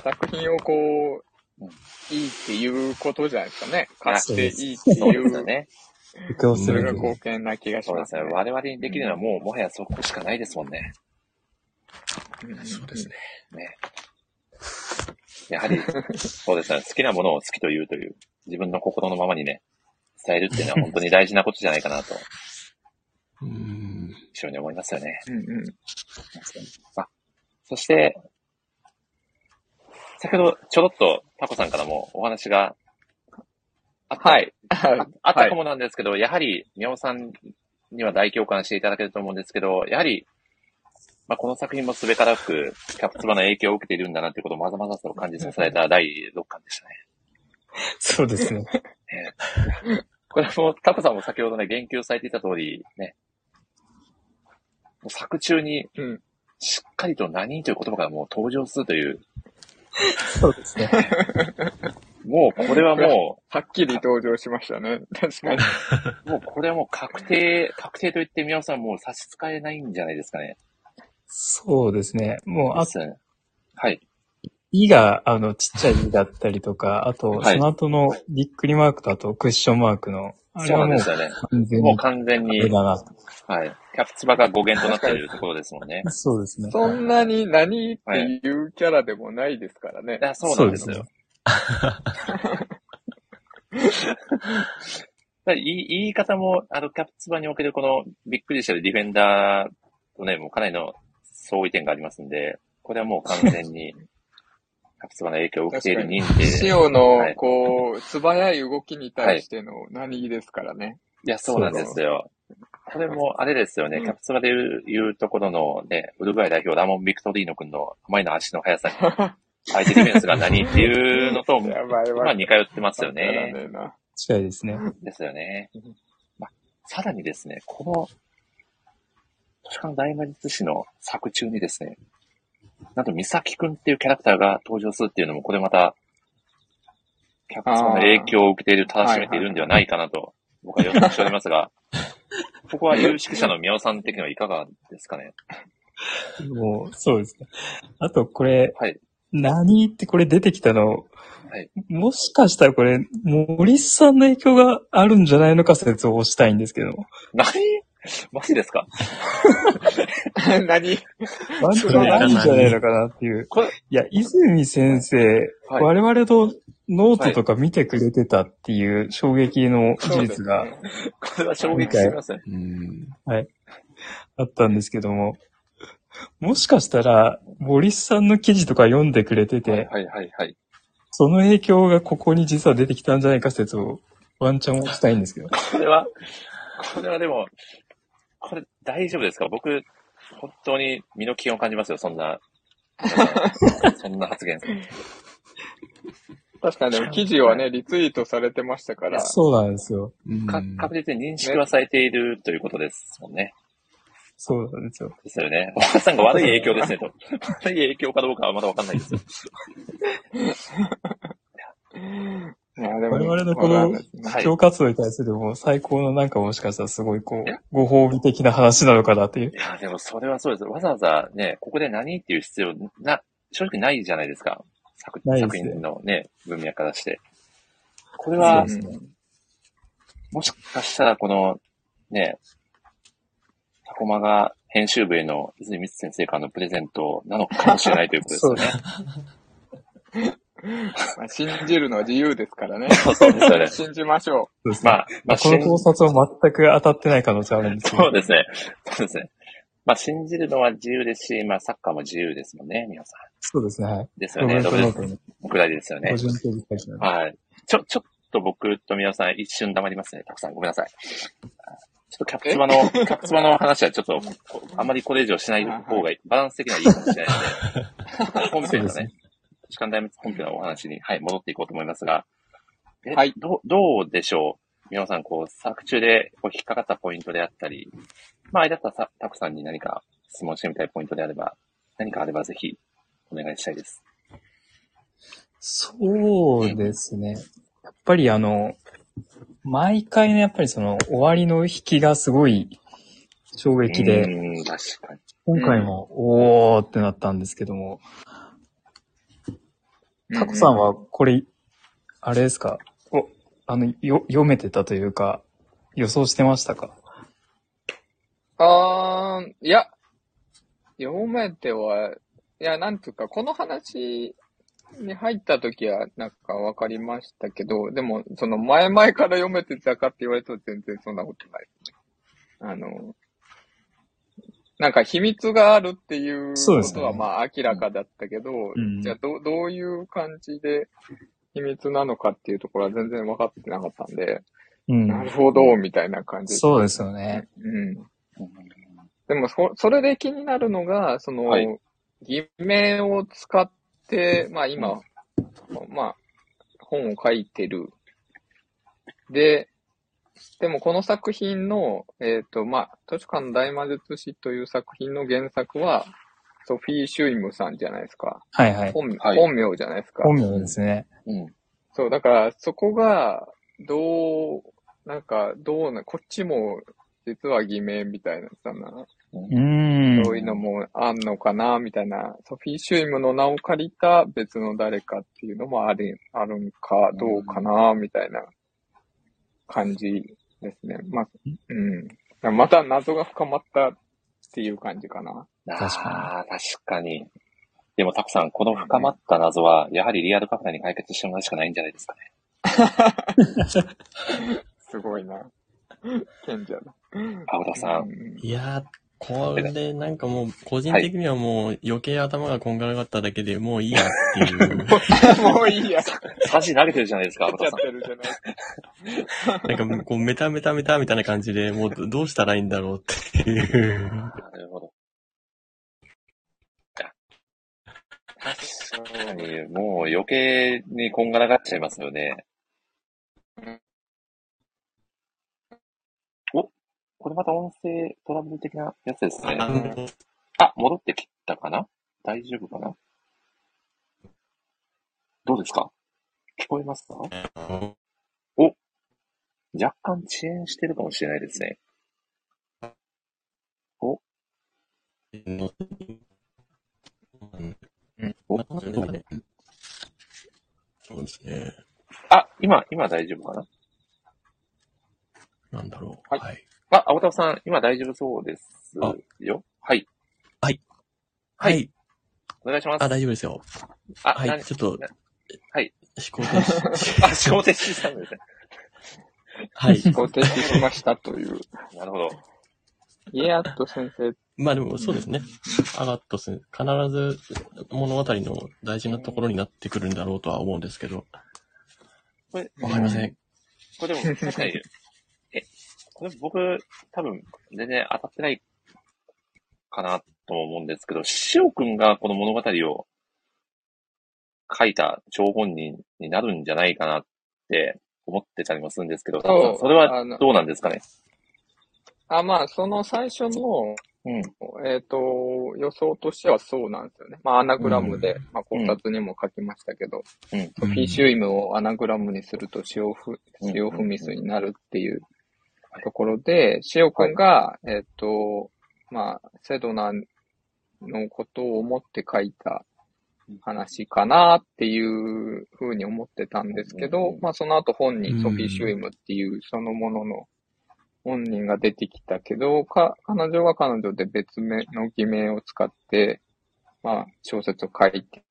S2: 作品をこ
S1: う
S2: う
S1: ん、
S2: いいっていうことじゃないですかね。
S1: はい
S2: 買っていいって
S1: うそう
S2: い
S1: ですよ
S2: う、
S1: ね。
S5: 布教す
S2: それ
S5: る
S2: が
S5: べき。
S2: 貢献な気がし
S1: そうで
S2: ますす
S1: ね
S2: ね。。
S1: 我々にできるのはもう、もはやそこしかないですもんね。
S2: うん
S6: そうですね。
S1: ね。やはり、そうですね。好きなものを好きと言うという、自分の心のままにね、伝えるっていうのは本当に大事なことじゃないかなと、
S6: うん。
S1: 非常に思いますよね。
S2: うんうん。
S1: そして、先ほどちょろっとタコさんからもお話があった
S2: はい。
S1: ああったかもなんですけど、やはり、宮尾さんには大共感していただけると思うんですけど、やはり、まあ、この作品もすべからく、キャプツバの影響を受けているんだなっていうことをまざまざと感じさせられた第6巻でしたね。
S5: そうですね。
S1: これも、タコさんも先ほどね、言及されていた通り、ね、もう作中に
S2: うん。
S1: しっかりと何人という言葉がもう登場するという、
S5: そうですね。
S1: もうこれはも
S2: はっきり登場しましたね。確かに。
S1: う、もうこれはもう確定、確定と言って宮尾さんもう差し支えないんじゃないですかね。
S5: そうですね。もう、あ
S1: で、すね。はい。
S5: いが、あの、ちっちゃいいだったりとか、あと、
S1: はい
S5: その後のびっくりマークと、あと、クッションマークの、あれ
S1: そうな
S5: は
S1: ん
S5: も
S1: で
S5: う
S1: すよね。
S5: 完全
S1: もう
S5: に、
S1: 完全
S5: あ
S1: に
S5: れ、だな。
S1: はい。キャプツバが語源となっているところですもんね。
S5: そうですね。
S2: そんなに何っていうキャラでもないですからね。
S1: あそう
S5: そ
S1: なん
S5: う
S1: で
S5: ですす
S1: よ
S5: ね。。
S1: だから言い言い方も、あの、キャプツバにおけるこの、びっくりしてるディフェンダーとね、もうかなりの相違点がありますんで、これはもう完全 に、キャプツバの影響を受けている認定。い
S2: 塩
S1: は
S2: の
S1: い、
S2: こう、素早い動きに対しての何ですからね。
S1: や、そうなんですよ。これも、あれですよね、キャプツバでいういうところのね、ウルグアイ代表、ラモン・ビクトリーノ君のあまりの足の 速さに、相手ディフェンスが何っていうのと、
S2: やばい
S1: まあ
S2: わ。
S1: 似通ってますよ
S2: わから
S1: ね。
S2: ねえな。
S5: 近いですね。
S1: ですよね。まあ、さらにですね、この、都市間大魔術師の作中にですね、なんと、美咲くんっていうキャラクターが登場するっていうのも、これまた、キャプツバの影響を受けている、正しめているんではないかなと、僕は予想しております が、ここは有識者の宮尾さん的にはいかがですか ね。
S5: もう、そうですね。あと、これ、
S1: はい
S5: 何ってこれ出てきたの、
S1: はい
S5: もしかしたらこれ、森さんの影響があるんじゃないのか説をしたいんですけど。
S1: 何マジですか
S2: 何
S5: ワンチャンあるんじゃないのかなっていう。
S1: これ
S5: いや、泉先生、
S1: はい
S5: 我々のノートとか見てくれてたっていう衝撃の事実
S2: そ
S5: が
S2: うですね
S1: これは衝撃すみません。
S6: うん。
S5: あったんですけども、もしかしたら、森さんの記事とか読んでくれてて、
S1: はいはいはいはい。
S5: その影響がここに実は出てきたんじゃないか説をワンチャンをしたいんですけど。
S1: これは、これはでも、これ大丈夫ですか僕、本当に身の危険を感じますよ、そんな。そんな発言。
S2: 確かにでも記事はね、リツイートされてましたから。
S5: そうなんですよ。
S6: うん
S1: か確実に認識はされているということですもんね。
S5: そうなんですよ。
S1: ですよね。お母さんが悪い影響ですねと。悪い影響かどうかはまだわかんないですよ。
S2: いや、で
S5: 我々の
S2: わ
S5: こ
S2: かん
S5: の
S2: ないですね
S1: はい
S5: 教活動に対するもう最高のなんかもしかしたらすごいこ
S1: え
S5: う、ご褒美的な話なのかなっていう
S1: い。や、でもそれはそうです。わざわざね、ここで何っていう必要な、正直ないじゃないですか。作
S5: ないで
S1: 作
S5: すね
S1: 品のね、文脈からして。これ
S5: そ
S1: は
S5: うで、すね。
S1: もしかしたらこの、ね、タコマが編集部への泉光先生からのプレゼントなのかもしれないということですよね。
S2: まあ信じるのは自由ですから ね。
S1: そうそうですよね。
S2: 信じましょ
S5: そうですね
S1: まあ、まあ、
S5: この考察は全く当たってない可能性あるんですけ
S1: そう
S5: ど。
S1: ですね。そうですね。まあ、信じるのは自由ですし、まあ、サッカーも自由ですもんね、皆さ
S5: そうですね。はい。
S1: ん。ですよ
S5: ロベ
S1: ね。
S5: ル
S1: ど
S5: ト・
S1: うで
S5: ノー
S1: す
S5: トの
S1: ぐらいですよね
S5: 個。人的な記事なんで
S1: はい。ちょ、ちょっと僕と皆さん一瞬黙りますね。たくさんごめんなさい。ちょっとキャプツバの、キャプツバの話はちょっと、こあまりこれ以上しない方が、バランス的にはいいかもしれないので、本編の
S5: そう
S1: ね、時間大滅本編のお話に、はい、戻っていこうと思いますが、え
S2: はい
S1: どう、どうでしょう皆さん、こう、作中でこう引っかかったポイントであったり、まあ、間だったらさたくさんに何か質問してみたいポイントであれば、何かあればぜひお願いしたいです。
S5: そうですね。やっぱりあの、毎回ね、やっぱりその終わりの引きがすごい衝撃で、
S1: うーん、確かに。
S5: 今回も、おーってなったんですけども、
S2: う。
S5: タコさんはこれ、あれですかお、あの、よ、読めてたというか、予想してましたか
S2: あー、いや、読めては、いや、なんつうか、この話に入った時は、なんかわかりましたけど、でも、その前々から読めてたかって言われると全然そんなことないですね。あの、なんか秘密があるっていう
S5: そう
S2: こ
S5: です
S2: と
S5: ね
S2: はまあ明らかだったけど、
S5: ん
S2: じゃあどうどういう感じで秘密なのかっていうところは全然分かってなかったんで、
S5: うん。
S2: なるほど、みたいな感じ。
S5: そうですよね。
S2: うん。でもそ、それで気になるのが、その、
S1: はい
S2: 偽名を使って、まあ今、まあ、本を書いてる。で、でもこの作品の、えっ、と、まあ、図書館の大魔術師という作品の原作は、ソフィー・シュイムさんじゃないですか。
S5: はいはい。
S2: 本,、
S1: はい
S2: 本名じゃないですか。
S5: 本名ですね。
S1: うん。
S2: そう、だから、そこが、どう、なんか、どうな、こっちも、実は偽名みたいな、そんな、
S5: うーん。
S2: そういうのもあんのかな、みたいな、ソフィー・シュイムの名を借りた別の誰かっていうのもあり、あるんか、どうかな、みたいな感じですね。まあ、うん。また謎が深まったっていう感じかな。
S5: 確か
S1: ああ、確かに。でも、たくさん、この深まった謎は、やはりリアルカフェに解決してもらうしかないんじゃないですかね。
S2: すごいな。賢者だ。
S1: パウダさん。
S2: うん
S6: いやー、これなんかもう、個人的にはもう余計頭がこんがらがっただけでもういいやって いう。
S2: もういいや。
S1: サジ投げてるじゃないですか、ア
S2: 出
S1: ブ
S2: ち
S1: タ
S2: ゃっ
S1: さん。
S2: てるじゃない
S6: なんかこう、メタメタメタみたいな感じで、もうどどうしたらいいんだろうっていう。
S1: なるほど。あ確かに、もう余計にこんがらがっちゃいますよね。お、これまた音声トラブル的なやつですね。
S6: あの
S1: あ、戻ってきたかな大丈夫かなどうですか聞こえますか若干遅延してるかもしれないですね。お
S6: そうだねそうですね。
S1: あ、今、今大丈夫かな
S6: なんだろう。
S1: はい
S6: はい。
S1: あ、青田さん、今大丈夫そうです
S6: あ
S1: よ。はい。
S6: はい。
S1: お願いします。
S6: あ、大丈夫ですよ。
S1: あ、
S6: は
S1: 何
S6: い。ちょっと
S1: な、はい。
S6: 思考停止。
S1: あ、思考停止したんですね。
S6: はい。
S2: ご提示しましたという。
S1: なるほど。
S2: イエアット先生。
S6: まあでもそうですね。アガットス、必ず物語の大事なところになってくるんだろうとは思うんですけど。
S1: これ、
S6: わかりません。
S1: これでも、確かに、え、これ僕、多分、全然当たってないかなと思うんですけど、塩くんがこの物語を書いた張本人になるんじゃないかなって思ってたりもするんですけど、多分それは
S2: あの
S1: どうなんですかね。
S2: あ、まあ、その最初の、
S1: うん。
S2: えっ、と、予想としてはそうなんですよね。まあ、アナグラムで、まあ、考察にも書きましたけど、
S1: うん
S2: ソフィーシュイムをアナグラムにすると塩ふ、塩ふみすになるっていうところで、塩くんが、えっ、と、まあ、セドナのことを思って書いた話かなっていうふうに思ってたんですけど、
S1: うん
S2: まあ、その後本
S5: う
S2: 人、
S5: ん
S2: ソフィー・シュイムっていうそのものの本人が出てきたけど、か、彼女は彼女で別名の偽名を使って、まあ、小説を書いて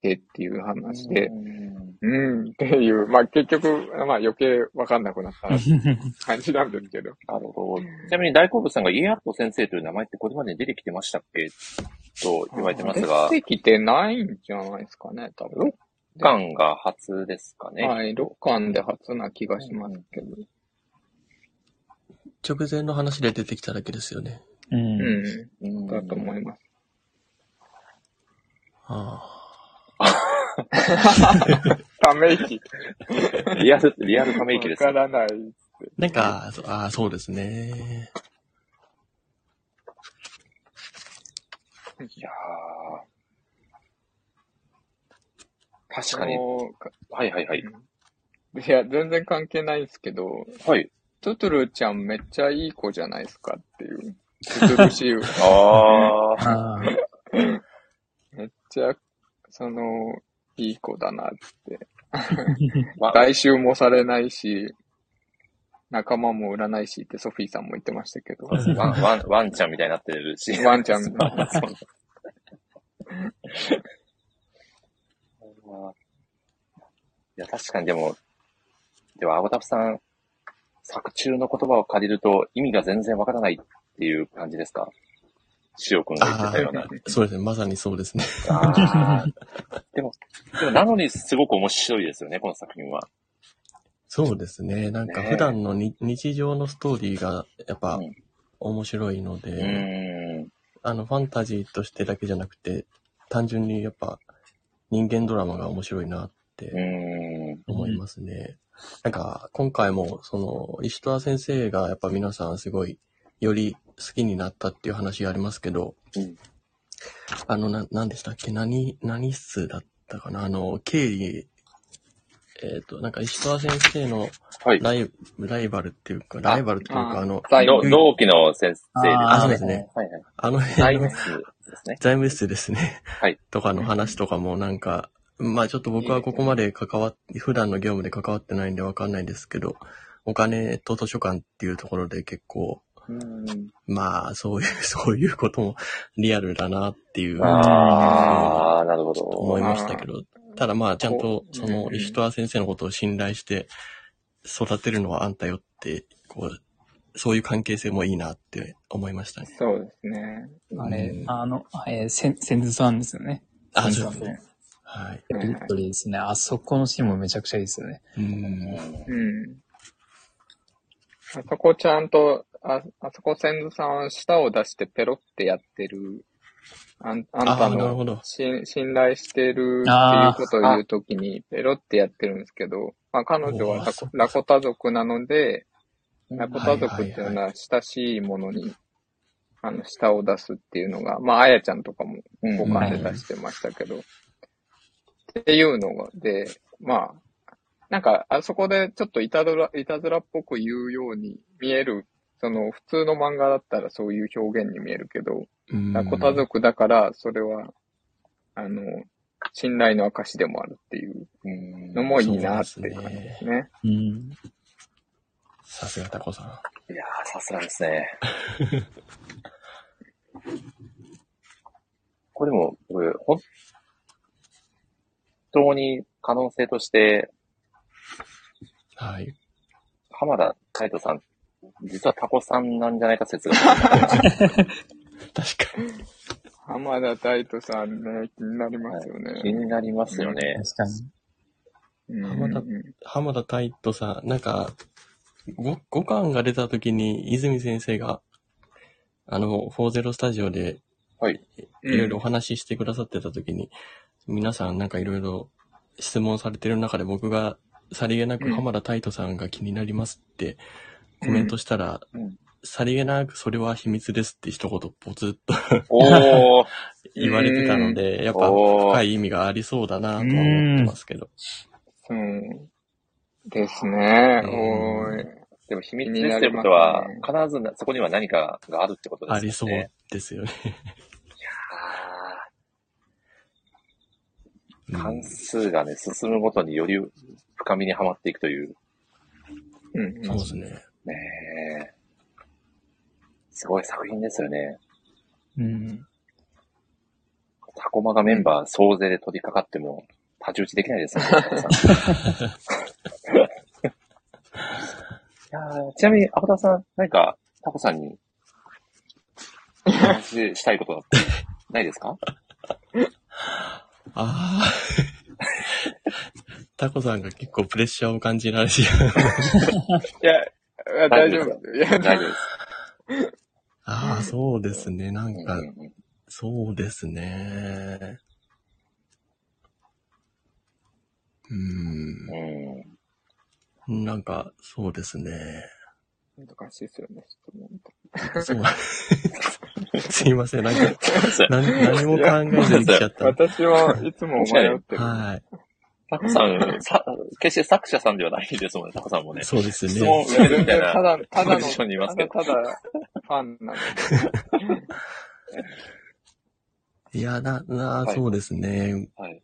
S2: てっていう話で、うん、っていう、まあ、結局、まあ、余計わかんなくなった感じなんですけ ど。
S1: なるほど。ちなみに大好物さんが家アット先生という名前ってこれまでに出てきてましたっけと言われてますが、
S2: 出てきてないんじゃないですかね、多分。
S1: 6巻が初ですかね。
S2: はい、6巻で初な気がしますけど。
S6: 直前の話で出てきただけですよね。
S5: う。
S2: うんん、
S1: うん
S2: だと思います。
S6: あ
S2: ため息。
S1: リアル、リアルため息です
S2: わからない。
S6: あなんか、そああ、そうですね。
S1: いやー確かに
S2: あ。のか
S1: はいはいはい。
S2: いや、全然関係ないんですけど、
S1: はい。
S2: トトゥルちゃんめっちゃいい子じゃないですかっていう。トゥトゥルシウ。
S1: あ あ。
S5: あー
S2: めっちゃ、その、いい子だなって。
S1: まあ、
S2: 来週もされないし、仲間も売らないしってソフィーさんも言ってました けど。
S1: ワン、ワン、ワンちゃんみたいになってるし。
S2: ワ ンちゃんみたいな。
S1: いや、確かにでも、では、青田さん、作中の言葉を借りると意味が全然わからないっていう感じですか塩くんが言ってたような。
S6: そうですね。まさにそうですね。
S1: あー でも、でもなのにすごく面白いですよね、この作品は。
S6: そうですね。なんか
S1: ねえ
S6: 普段のに日常のストーリーがやっぱ
S1: うん
S6: 面白いので、
S1: うーん。
S6: あのファンタジーとしてだけじゃなくて、単純にやっぱ人間ドラマが面白いなって
S1: う
S6: 思いますね。なんか今回もその石川先生がやっぱ皆さんすごいより好きになったっていう話がありますけど、
S1: うん
S6: あのな、何でしたっけ何、何室だったかなあの、経理、えっ、と、なんか石川先生
S1: ー
S6: の
S1: ん。はい。
S6: ライライバルっていうか、ライバルっていうか、
S2: あ
S6: あの、
S2: 財
S1: の
S2: 務
S1: 同期の先生ですね。
S6: あ、そうですね。
S1: はいはい。
S6: あの
S1: 財
S6: 辺の
S1: 務室ですね。
S6: 財務室ですね。
S1: はい。
S6: とかの話とかもなんか、まあちょっと僕はここまで関わっ、普段の業務で関わってないんでわかんないんですけど、お金と図書館っていうところで結構、
S2: うん。
S6: まあそういう、 そういうこともリアルだなっていう
S1: ああ、なるほど。
S6: 思いましたけど、ただまあちゃんと
S2: こう
S6: そ
S2: うんう
S6: の
S2: ん
S6: 石川先生のことを信頼して育てるのはあんたよって、こう、そういう関係性もいいなって思いましたね。
S2: そうですね。
S5: あ
S6: う
S5: れ
S6: ん、
S5: あの、えー、せん、せんずさんですよね。
S6: あ、
S5: そ
S6: そう
S5: うです
S6: で
S5: す
S6: ね
S5: ね。
S6: はい。
S5: やりとりですね。あそこのシーンもめちゃくちゃいいですよね。
S6: うん。
S2: うん。あそこちゃんと、あ、あそこ先祖さんは舌を出してペロってやってる。あん、あんた
S6: あーなるほど
S2: の信信頼してるっていうことを言うときにペロってやってるんですけど、まあ彼女
S6: お
S2: は
S6: ー
S2: ラ
S6: そ
S2: コ
S6: っか
S2: ラコタ族なので、ラコタ
S6: は
S2: 族
S6: いはいはい
S2: っていうのは親しいものに、あの、舌を出すっていうのが、まあ、あやちゃんとかも
S1: うん
S2: 交換で出してましたけど、っていうのが、で、まあ、なんか、あそこでちょっといたずら、いたずらっぽく言うように見える、その、普通の漫画だったらそういう表現に見えるけど、ラコタ族だから、それは、あの、信頼の証でもあるっていうのもいいなっていう感じですね。
S5: うん。
S6: さすがタコさん。
S1: いやー、さすがですね。 これでも、僕、本当に可能性として、
S6: はい。
S1: 浜田海人さん、実はタコさんなんじゃないか説 がある。
S6: 確かに。
S2: 浜田大斗さんね、気になりますよね。
S1: 気になりますよね。
S5: 確か
S2: う
S5: に。
S2: ん
S6: 浜田
S2: うん
S6: 浜田太斗さん、なんか、ご五巻が出た時に、泉先生が、あの、40スタジオで、
S1: はい。
S2: うん
S6: いろいろお話ししてくださってた時に、皆さんなんかいろいろ質問されてる中で僕がさりげな
S2: う
S6: く
S2: ん
S6: 浜田太斗さんが気になりますってコメントしたら、
S1: うんうん
S6: さりげなくそれは秘密ですって一言ポツッと
S1: お ー、
S6: 言われてたので、やっぱ
S1: おー
S6: 深い意味がありそうだなとは思ってますけど。
S2: そうですね。おーい。
S1: でも秘密
S2: 気
S1: です
S2: にな
S1: って
S2: り
S1: こ
S2: ま
S1: と
S2: す
S1: は、
S2: ね
S1: 必ずなそこには何かがあるってことですよね。
S6: ありそうですよね。
S1: あ
S6: う
S1: ー。
S6: ん
S1: 関数がね、進むごとにより深みにはまっていくという。
S2: うん
S6: そうですね。
S1: ねえ。すごい作品ですよね。
S5: うん。
S1: タコマがメンバー総勢で取り掛かっても、太刀打ちできないですね。皆さんいやーちなみに、アボタさん、何か、タコさんに、お話ししたいことってないですか
S6: ああ。 タコさんが結構プレッシャーを感じられ
S2: い
S6: て、
S2: や、いや大丈夫ですよ。いや、
S1: 大丈夫です。
S6: ああ、そうですね。なん
S1: う
S6: か
S1: ん、うんうん
S6: そうですね。
S1: う
S6: う
S1: ん
S6: ーん。なんか、そうですね。
S2: 難しいですよね、質問と
S6: そう すいません。なんか、何何も考えずに来ちゃ った。
S2: 私はいつも 迷ってる。
S6: は
S1: タコさん、さ、決して作者さんではないですもんね、タコさんもね
S6: い。。そうです
S1: 質
S6: ね。
S1: 問受けるみたいな。
S2: ただ、ただ
S1: ポジションにい
S2: の、
S1: ます
S2: た
S1: けど
S2: だただファンなので。
S6: いや、な、な、
S1: はい
S6: そうですね。
S1: はい。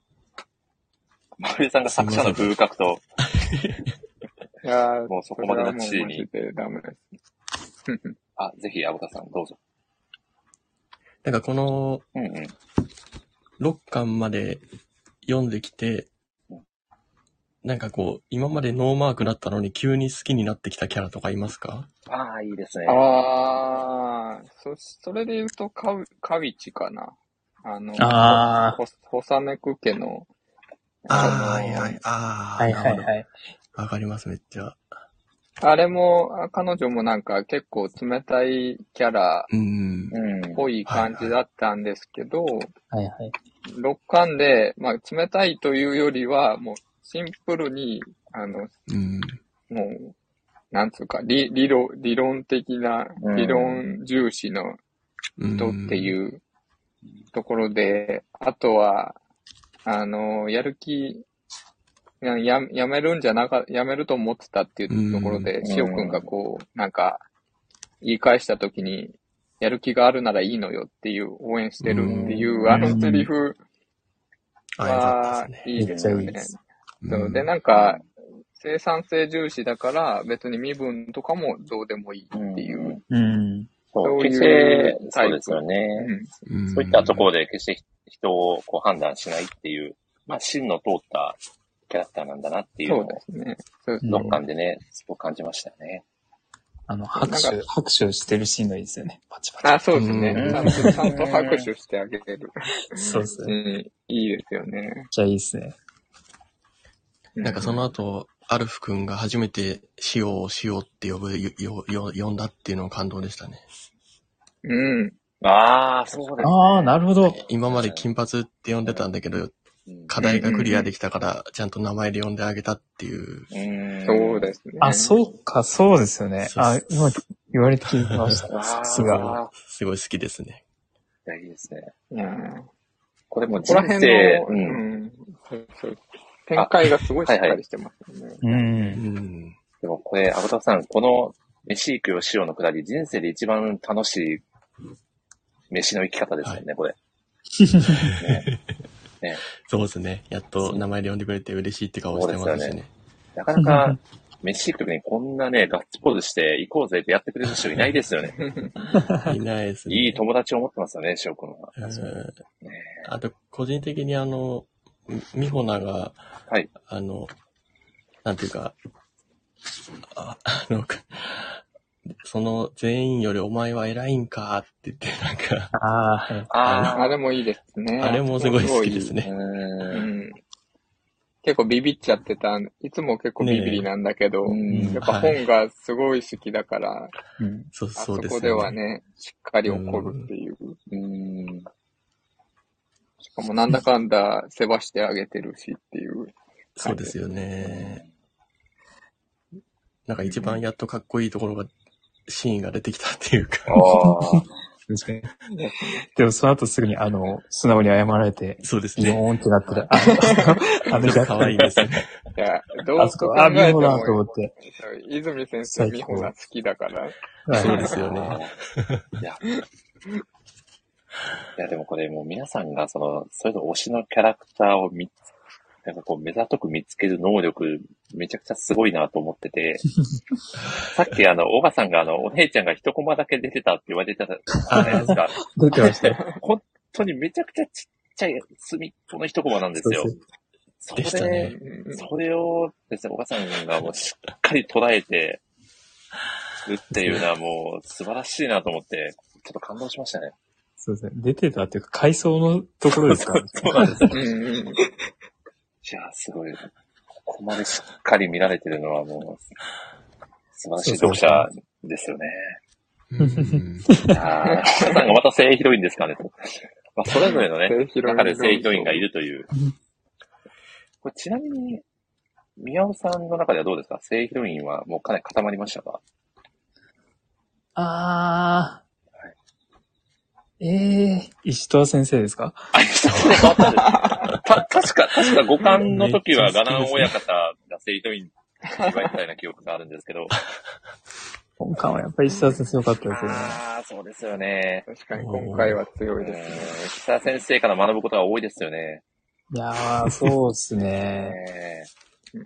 S1: マルエさんが作者の風格と、
S2: いやー
S1: もうそこまでの地位に
S2: それはもうマジでダメです。
S1: あ、ぜひ、アボタさん、どうぞ。
S6: なんかこの
S1: うんうん。
S6: 6巻まで読んできて
S1: うん、
S6: なんかこう、今までノーマークだったのに急に好きになってきたキャラとかいますか
S1: ああ、いいですね。
S2: ああ、そ、それで言うと、カウ、カウイチかな。あの、
S5: あー
S2: ほ、ほさめく家の、
S6: ああ、
S2: の
S6: はいはい。ああ、
S5: はいはい
S6: なる
S5: はい。
S6: ほどわかります、めっちゃ。
S2: あれも、あ彼女もなんか結構冷たいキャラ
S6: うん。
S1: うん。
S2: っぽい感じだったんですけど、
S5: はいはい。
S2: 六巻で、まあ、冷たいというよりは、もう、シンプルに、あの、
S6: うん。
S2: もう、なんつうか、理、理論、理論的な
S1: う、ん
S2: 理論重視の人って
S6: う
S2: いうところで、あとは、あの、やる気、やややめるんじゃなか、やめると思ってたっていうところで
S1: ん、
S2: しおくんがこう、なんか、言い返したときに、やる気があるならいいのよっていう、応援してるっていうう、
S1: ん
S2: あのセリフ
S6: ん。あよか
S2: は
S6: ったですね。
S2: いいですよ
S5: めっちゃいい
S2: ね
S5: で。
S2: そううんで、なんか、生産性重視だから、別に身分とかもどうでもいいっていう。
S1: うん
S5: うん。
S1: そう、
S2: そうい
S1: 決し
S2: う
S1: て、
S2: タ
S1: そ
S2: イプ
S1: うですよね。
S2: うん
S1: そういったとこ
S6: ろ。
S1: ろで決して人をこう判断しないっていう、まあ、芯の通ったキャラクターなんだなっていうの
S2: そう
S1: を、
S2: ですね。そう
S5: うん
S1: どっかでね、すごく感じましたよね。
S5: あの、拍
S2: な
S5: 手、拍手をしてるシーンがいいですよね。パチパ
S2: あ、そうですね。
S6: うん
S2: ちゃんと、ちゃんと拍手してあげてる。
S5: チ。そうですね。
S2: う
S5: めっ
S2: ん、いいですよね。
S5: ちゃいいですね。
S2: う
S6: なんかその、後、アルフ君が初めてシオをシオって呼ぶ、よ、よ、呼んだっていうのが感動でしたね。
S2: うん。
S1: ああ、そうですね。
S5: ああ、なるほど。
S6: 今まで金髪って呼んでたんだけど、
S1: うん
S6: 課題がクリアできたから、ちゃんと名前で呼んであげたっていう。
S1: うん。
S2: そうですね。
S5: あ、そうか、そうですよね。
S6: そう
S5: あ
S6: そう、
S5: 今言われてきまし
S1: あ
S5: た。
S1: ー
S5: さすが。
S6: すごい好きですね。
S1: いやいいですね。
S2: うん。
S1: これもう
S2: ここ
S1: 人
S2: ら辺
S1: 生
S2: の、、
S1: う。
S2: うんん。そうそう展開がすごいしっかりしてますよね。
S5: う。
S6: うんん。
S1: でもこれ、アブタさん、この飯行くよ、塩のくだり、人生で一番楽しい飯の生き方ですよね、これ。ねね
S6: そうですね。やっと名前で呼んでくれて嬉しいって顔してますしね。
S1: なかなか、飯行く時にこんなね、ガッツポーズして行こうぜってやってくれる人いないです よね。
S6: いないですね。
S1: いい友達を持ってますよね、翔くんは。
S6: うん
S1: ね
S6: あと、個人的にあの、みほなが、
S1: はい
S6: あの、なんていうか、ああの、その全員よりお前は偉いんかって言って、なんか、
S5: ああ、はい。
S2: あ
S1: あ
S2: れもいいですね。
S6: あれもすごい好きです
S1: あ、
S6: ね。
S2: う
S1: うん。
S2: ん。結構ビビっちゃってた。いつも結構ビビりなんだけど、
S1: ねえ
S2: やっぱ本がすごい好きだから、
S5: うん。
S6: そう、
S2: あ
S6: そ
S2: そう
S6: です
S2: こ
S6: よ
S2: ではね、しっかり怒るっていう。
S1: うん。
S2: しかもなんだかんだ世話してあげてるしっていう。
S6: そうですよね。なんか一番やっとかっこいいところが、シーンが出てきたってい
S1: あ
S6: うか、
S1: あ。
S5: 確かに。でもその後すぐに、あの、素直に謝られて、
S6: そうです
S5: ギョ
S6: ね。
S5: ーンってなってた。あの、
S6: 可愛いですね。
S2: いや、どう
S5: あそ
S2: 考
S5: こ、あ、
S2: え
S5: 妙
S2: て
S5: だなと思
S2: も、
S5: って。
S2: 泉先生、美穂が好きだから。
S5: はい
S6: そうで すよね。
S1: いや。いや、でもこれもう皆さんが、その、それぞれ推しのキャラクターを見つ、なんかこう、目ざとく見つける能力、めちゃくちゃすごいなと思って て、さっきあの、オガさんがあの、お姉ちゃんが一コマだけ出てたって言われてたじゃないですか。
S5: 出てましたよ。
S1: 本当にめちゃくちゃちっちゃい隅っこの一コマなんですよ。そ
S6: でしたね
S1: れ、それをですね、お母さんがもうしっかり捉えてるっていうのはもう素晴らしいなと思って、ちょっと感動しましたね。
S5: そうですね。出てたっていうか、階層のところ ですからね。
S1: そうなんですよ。
S2: うんうんうん
S1: いや、すごい。ここまでしっかり見られてるのはもう、素晴らしい読者ですよね。
S6: うん
S1: いやーお母さんがまた正ヒロインですからね。まあ、それぞれのね、
S2: 正ヒロイン
S1: 中で正ヒロインがいるという。これちなみに、宮尾さんの中ではどうですか正ヒロインはもうかなり固まりましたか
S5: あー。ええー、石戸先生ですか
S1: あ、そうなんですた確か、確か五感の時は、
S6: めっちゃ
S1: ガ
S6: 好きですね
S1: ナン親方がセイトインって言われてたような記憶があるんですけど。
S5: 本館はやっぱり石田先生良かったですよね。
S1: ああ、そうですよね。
S2: 確かに今回は強
S1: う
S2: いですね。
S1: ん石田先生から学ぶことが多いですよね。
S5: いやー、そうですね。
S1: ねえ いや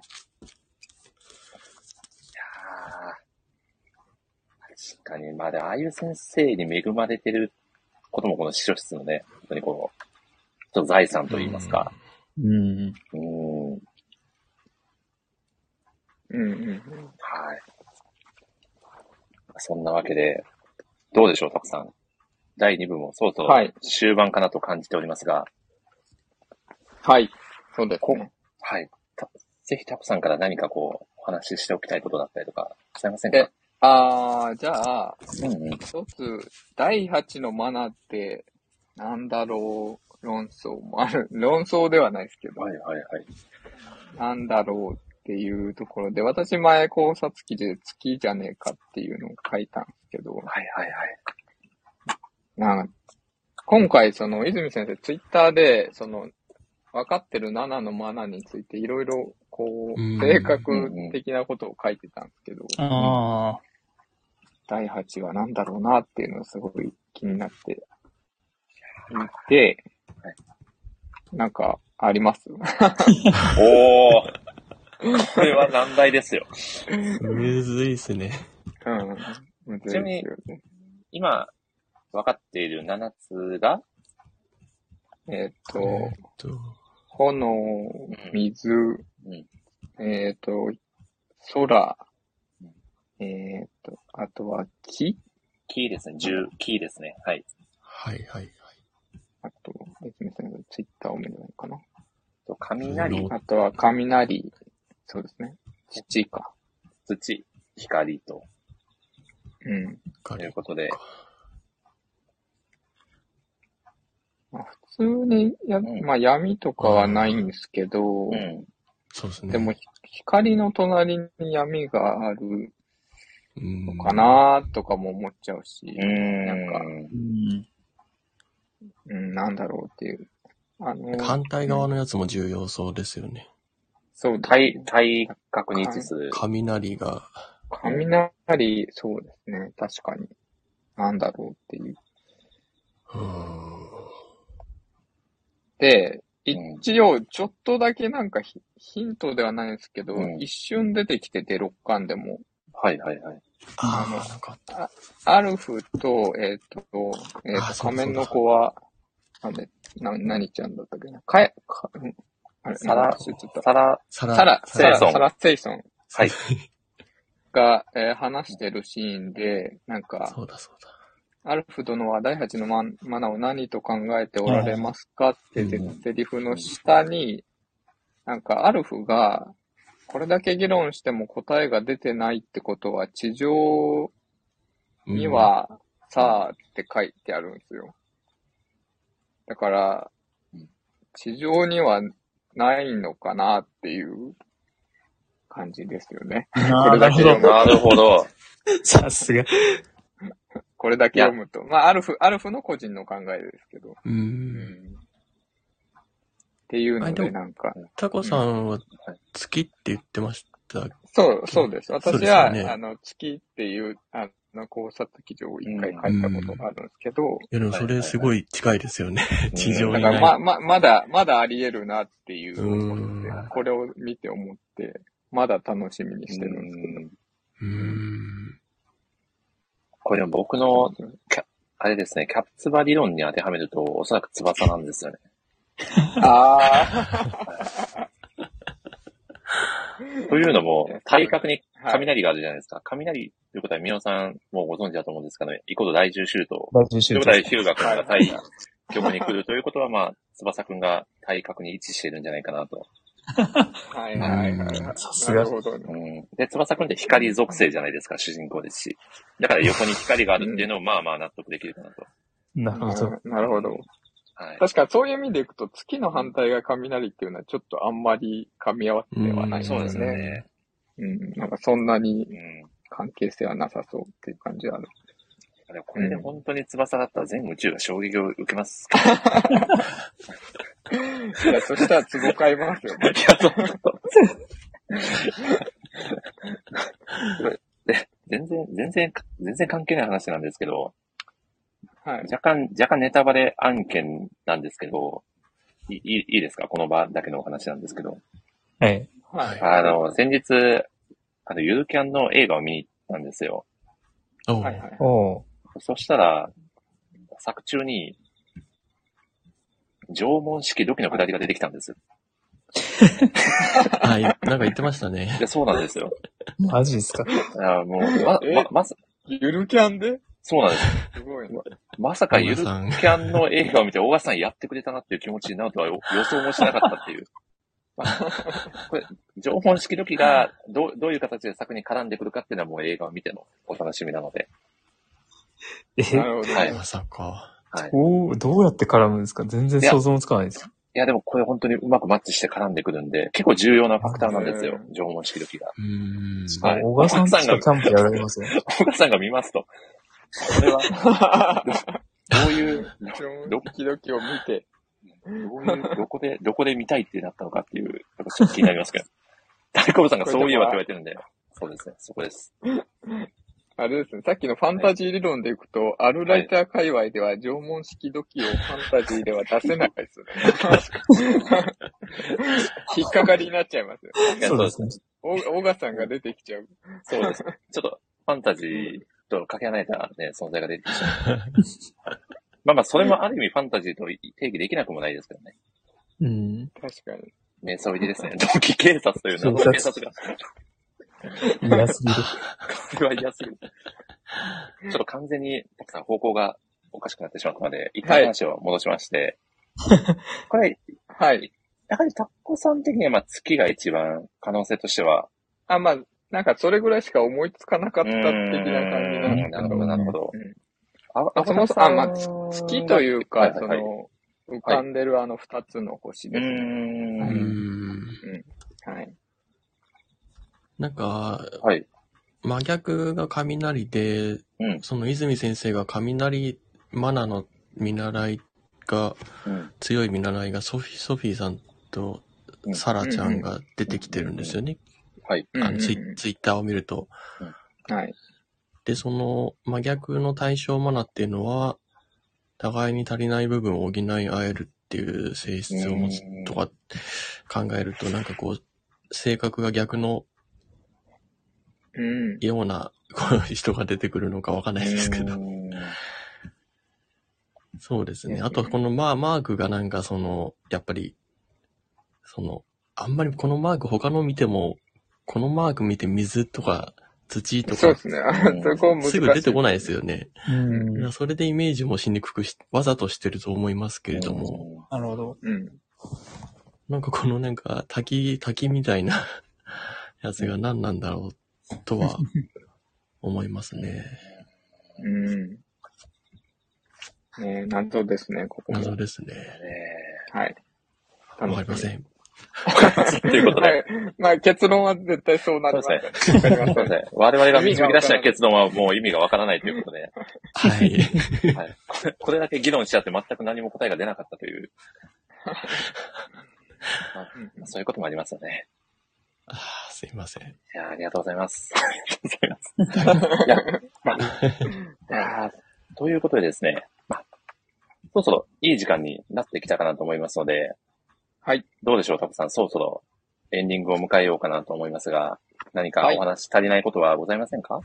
S1: ー確かに、まあ、でああいう先生に恵まれてることも、この司書室のね、本当にこう、ちょっと財産と言いますか。
S5: うん。
S1: うん、はい。
S2: うんうん。
S1: そんなわけで、どうでしょう、たくさん。第2部もそうそう
S2: はい
S1: 終盤かなと感じておりますが、
S2: はい。そうです
S1: こ
S2: ね。
S1: はい。たぜひタコさんから何かこう、お話ししておきたいことだったりとか、ございませんか
S2: あー、じゃあ、
S1: うんうん。
S2: 一つ、第8のマナーって、なんだろう、論争もある。論争ではないですけど、
S1: はいはいはい。
S2: なんだろうっていうところで、私前考察記で月じゃねえかっていうのを書いたんですけど、
S1: はいはいはい。
S2: なんか今回、その、泉先生、ツイッターで、その、分かってる7のマナーについて、いろいろ、こ
S5: うん
S2: う、性格的なことを書いてたんですけど、
S5: ああ、
S2: 第8は何だろうなっていうのがすごい気になっていて、なんかあります
S1: おーこれは難題ですよ。
S6: むずいっすね。
S2: うん。 むずいですよね。
S1: 今、分かっている7つが、
S2: えっ、と、
S6: えっと、
S2: 炎、水、
S1: うん。
S2: えっ、と、空
S1: うん、
S2: えっ、と、あとは木
S1: キーですね。10、キーですね。はい。
S6: はいはいはい。
S2: あと、えつみさんがツイッターを見るのかな。
S1: と雷、
S2: あとは雷、そうですね。土か。
S1: 土、光と、
S2: うん。
S1: とい
S6: 彼
S1: うことで、
S2: まあ、普通にや、
S1: ん
S2: まあ闇とかはないんですけど、
S1: うん。
S6: そうですね。
S2: でも、ひ光の隣に闇がある
S6: うん、
S2: のかなとかも思っちゃうし、
S1: うん。
S2: なんか
S5: うん。
S2: うん、なんだろうっていう。あの、
S6: 反対側のやつも重要そうですよね。
S2: そうです
S1: 対
S2: ね、。
S1: 対角に位置する。
S6: 雷が、
S2: 雷、そうですね。確かに。なんだろうっていう。
S6: うーん。
S2: で、
S1: うん
S2: 一応、ちょっとだけなんかヒヒントではないんですけど、
S1: うん
S2: 一瞬出てきてて、六巻でも。
S1: はいはいはい。
S6: あ
S2: あの
S6: あ、なんかあった。
S2: アルフと、えっ、と、えっ、
S6: あ
S2: と、
S6: そうだ
S2: 仮面の子は、なんで、な、何ちゃんだったっけな。かえ、か、んあれ、
S1: サラ
S2: 名前忘れちゃった
S1: さら、
S6: サ
S2: サラ、
S1: セイソン
S2: サラ・セイソン
S1: はい。
S2: が、えー話してるシーンで、なんか、
S6: そうだそうだ。
S2: アルフ殿は第8のママナを何と考えておられますかって
S6: う
S2: セリフの下に、なんかアルフが、これだけ議論しても答えが出てないってことは、地上
S6: うん
S2: に、は、さあって書いてあるんですよ。だから
S1: うん、
S2: 地上にはないのかなっていう感じですよね。
S5: な
S2: れだけ読む
S1: なるほど。
S5: さすが。
S2: これだけ読むと。まあ、アルフ、アルフの個人の考えですけど。っ
S6: うん。
S2: ていうの
S6: あで
S2: で、
S6: も
S2: なんか、
S6: タコさんは月って言ってました。
S2: そう、そうです。
S6: そう
S2: 私
S6: ですよ
S2: は、
S6: ね
S2: あの、月っていう、あの、考察記事を一回書いたことがあるんですけど、
S6: いや、でもそれすごい近いですよね。地上
S2: だ
S6: に
S2: か
S6: ない
S2: ら、ま、ま、まだ、まだあり得るなっていう
S6: う
S2: 思って
S6: ん、
S2: これを見て思って、まだ楽しみにしてるんです
S1: うん
S6: うん。
S1: これでも僕
S2: け
S1: の
S2: ど、
S1: あれですね、キャプツバ理論に当てはめると、おそらく翼なんですよね。
S2: あ
S1: というのも
S2: え、
S1: 体格に
S2: あ、はい。
S1: 雷があるじゃないですか。雷ということは、ミオさんもご存知だと思うんですけどね、イコード大重州と。
S5: 大丈夫で
S1: と
S5: し
S1: い
S5: ょ
S1: うこ
S5: う
S1: とは、ヒューガ君が対局に来るということは、まあ、翼くんが体格に位置してるんじゃないかなと。
S2: はいはいはいはい。
S5: さす
S2: な
S5: が
S2: るほど
S1: う
S2: ね。
S1: ん。で、翼くんって光属性じゃないですか、主人公ですし。だから横に光があるっていうのも、まあまあ納得できるかなと。
S5: なるほど。
S2: ななるほど。
S1: はい。
S2: 確かにそういう意味でいくと、月の反対が雷っていうのはちょっとあんまり噛み合わせてはない
S1: そうですよ
S2: ね。
S1: ね。
S2: うん。なんかそんなに
S1: うん。
S2: 関係性はなさそうっていう感じはある。
S1: でもこれで本当に翼だったら全宇宙が衝撃を受けます。
S2: いや、そしたら都合買いますよね。
S1: 全然、全然、全然関係ない話なんですけど、
S2: はい。
S1: 若干、若干ネタバレ案件なんですけど、いいいいですかこの場だけのお話なんですけど。
S5: はい。
S2: はい。
S1: あの、先日、あの、ゆるキャンの映画を見に行ったんですよ。
S6: おう
S2: はいはい。
S5: おう。
S1: そしたら、作中に、縄文式土器の下りが出てきたんですよ。
S6: はい。なんか言ってました ね。
S1: でそうなんですよ。
S5: マジですか。
S1: あーもう、ま、ま、まず、
S2: ゆるキャンで
S1: そうなんです。
S2: すごいね。
S1: まさかゆるキ
S6: 小川さん
S1: ャンの映画を見て、小川さんやってくれたなっていう気持ちになるとはよ 予想もしなかったっていう。 まあこれ、情報式時がどうどういう形で作に絡んでくるかっていうのはもう映画を見てのお楽しみなので。
S2: な
S5: え、
S2: るほど
S1: は
S2: ね。
S1: い
S6: まさか。
S5: おーどうやって絡むんですか全然想像もつかないです。
S1: いや、でもこれ本当にうまくマッチして絡んでくるんで、結構重要なファクターなんですよ
S2: う。
S1: 情報式時が。
S6: うーん。
S1: はい
S5: あ小川さんとしかキャンプやられますよ。
S1: 小川さんが見ますと。これは、どどういう、
S2: ドキドキを見て。
S1: どういう、どこで、どこで見たいってなったのかっていう、なんかちょっと気になります けど。大久保さんがそういえばって言われてるんで、そうですね、そこです。
S2: あれですね、さっきのファンタジー理論でいくと、あるライター界隈では縄文式土器をファンタジーでは出せないですね。引っかかりになっちゃいますよ。
S1: いや
S5: そうですね。
S2: オーガさんが出てきちゃう。
S1: そうです。ちょっと、ファンタジーとかけ離れたね、存在が出てきちゃう。まあまあ、それもある意味ファンタジーと定義できなくもないですけどね。
S5: うん。
S2: 確かに。
S1: 瞑想入りです ね。同期警察という謎の警察が。
S5: 嫌すぎる。
S1: これは嫌すぎる。ちょっと完全に、たくさん方向がおかしくなってしまったので、一回話を戻しま して、これ、
S2: はい。
S1: やはりタッコさん的には、まあ、月が一番可能性としては、
S2: あ、まあ、なんかそれぐらいしか思いつかなかった的な感じなんです
S1: なる
S2: けど
S1: ほど、。なるほど。あ
S2: そもそも、あ、まあ、つ月と
S1: う
S2: いう
S1: は
S2: か
S1: い、
S2: そ
S1: はい
S2: の、浮かんでるあの二つの星
S1: ー
S2: ですね。
S6: うー
S1: ん。
S6: ん。
S2: はい。
S6: なんか、
S1: はい。
S6: 真逆が雷で、
S1: うん
S6: その泉先生が雷マナの見習いが、
S1: うん。
S6: 強い見習いがソフィソフィーさんと
S1: うん
S6: サラちゃんが出てきてるんですよね。
S1: はい。
S2: うん
S6: あのツ
S2: うんうん
S6: イツイッターを見ると。
S2: はい。
S6: で、その真逆の対象マナっていうのは、互いに足りない部分を補い合えるっていう性質を持つとか考えると、なんかこう、性格が逆の
S2: うん。
S6: ようなこう人が出てくるのかわかんないですけど。そうです
S2: で
S6: ね。
S2: すね
S6: あと、このマーマークがなんかその、やっぱり、その、あんまりこのマーク他の見ても、このマーク見て水とか土と
S2: そう
S6: か
S2: ですね。あそこ難しい。
S6: すぐ出てこないですよね。
S5: うん。
S6: だか
S5: な
S6: らそれでイメージもしにくくし、わざとしてると思いますけれども、
S5: るほど。
S2: うん。
S6: なんかこのなんか滝、滝みたいな やつが何なんだろうとは思いますね。
S2: うん。ねえ、謎ですね、ここも。
S6: 謎ですね。
S1: ね
S2: はい。
S6: わかりません。
S1: えということで、
S2: はい。まあ結論は絶対そうなりますね。わかります
S1: すいません我々が導き出した結論はもう意味がわからないということで、
S6: はい。
S1: はい、これこれだけ議論しちゃって全く何も答えが出なかったと いう、まあそういうこともありますよね。
S6: あーすいません。
S1: いやーありがとうございます。ありがとうございます。いや、まあ、いやーということでですね、まあ、そろそろいい時間になってきたかなと思いますので、
S2: はい。
S1: どうでしょう、タコさん、そろそろエンディングを迎えようかなと思いますが、何かお話足りないことはございません か、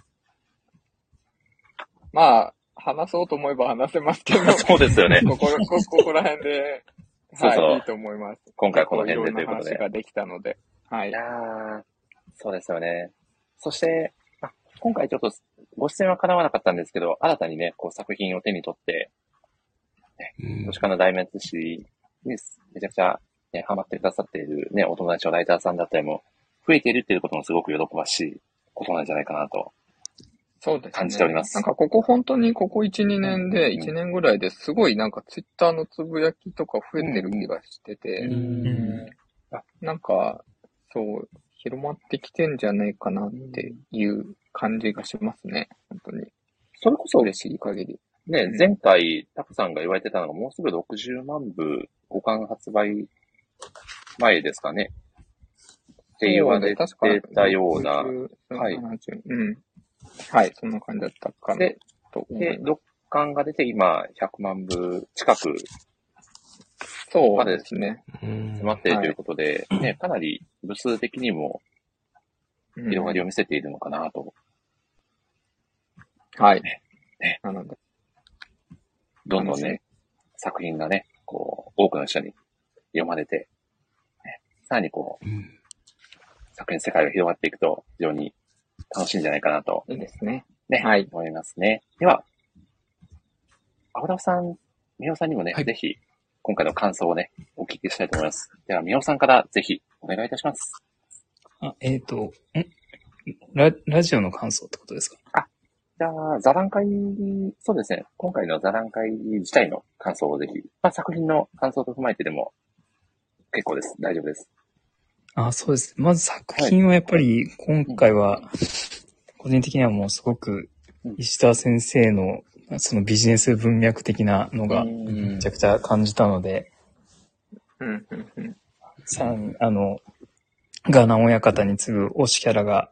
S2: まあ、話そうと思えば話せますけど、
S1: そうですよ ね。
S2: こここここら辺で、
S1: そうそう
S2: はい、いいと思います。
S1: 今回はこの辺でということ
S2: いろんな話
S1: で。
S2: ができたので、はい
S1: いや。ーそうですよね。そして、あ今回ちょっとご出演は叶わなかったんですけど、新たにね、こう作品を手に取って、
S6: うん
S1: 都市化の大名寿司にめちゃくちゃ、ね、ハマってくださっているね、お友達のライターさんだったりも、増えているっていうこともすごく喜ばしいことなんじゃないかなと。
S2: そうです、ね。
S1: 感じております
S2: なんかここ本当にここ1、2年で、
S1: うん
S2: 1年ぐらいですごいなんかツイッターのつぶやきとか増えてる気がしてて、
S5: ん
S2: あなんか、そう、広まってきてんじゃないかなっていう感じがしますね。本当に。
S1: それこそ、ね、
S2: 嬉しい限り。うん
S1: 前回、タクさんが言われてたのが、もうすぐ60万部、五巻発売前ですかね。って言われてたような。は
S2: はいい。うん。はい、そんな感じだったかな
S1: で、
S2: と思
S1: で
S2: い、ます。
S1: 6巻が出て今、100万部近く
S2: そうですね。
S6: うん
S1: 待っているということで、ね、かなり部数的にも
S2: うん
S1: 広がりを見せているのかなと
S2: はい
S1: ね。
S2: なので、
S1: どんどんね、作品がね、こう、多くの人に読まれて、ねさらにこう、
S6: うん
S1: 作品の世界が広がっていくと、非常に楽しいんじゃないかなと、
S2: いいですね。
S1: ね、
S2: はい
S1: 思いますね。では、アブダフさん、ミオさんにもね、
S6: はい
S1: ぜひ、今回の感想をね、お聞きしたいと思います。では、ミオさんからぜひ、お願いいたします。
S5: あ、えっ、と、んララジオの感想ってことですか
S1: じゃあ、座談会、そうですね。今回の座談会自体の感想をぜひ、まあ、作品の感想と踏まえてでも結構です。大丈夫です。
S5: あ、そうです。まず作品はやっぱり今回は、個人的にはもうすごく
S1: うん
S5: 石田先生のそのビジネス文脈的なのが
S1: うん。
S5: めちゃくちゃ感じたので、
S2: うん、うん、うん。
S5: さらにあの、ガーナン親方に次ぐ推しキャラが、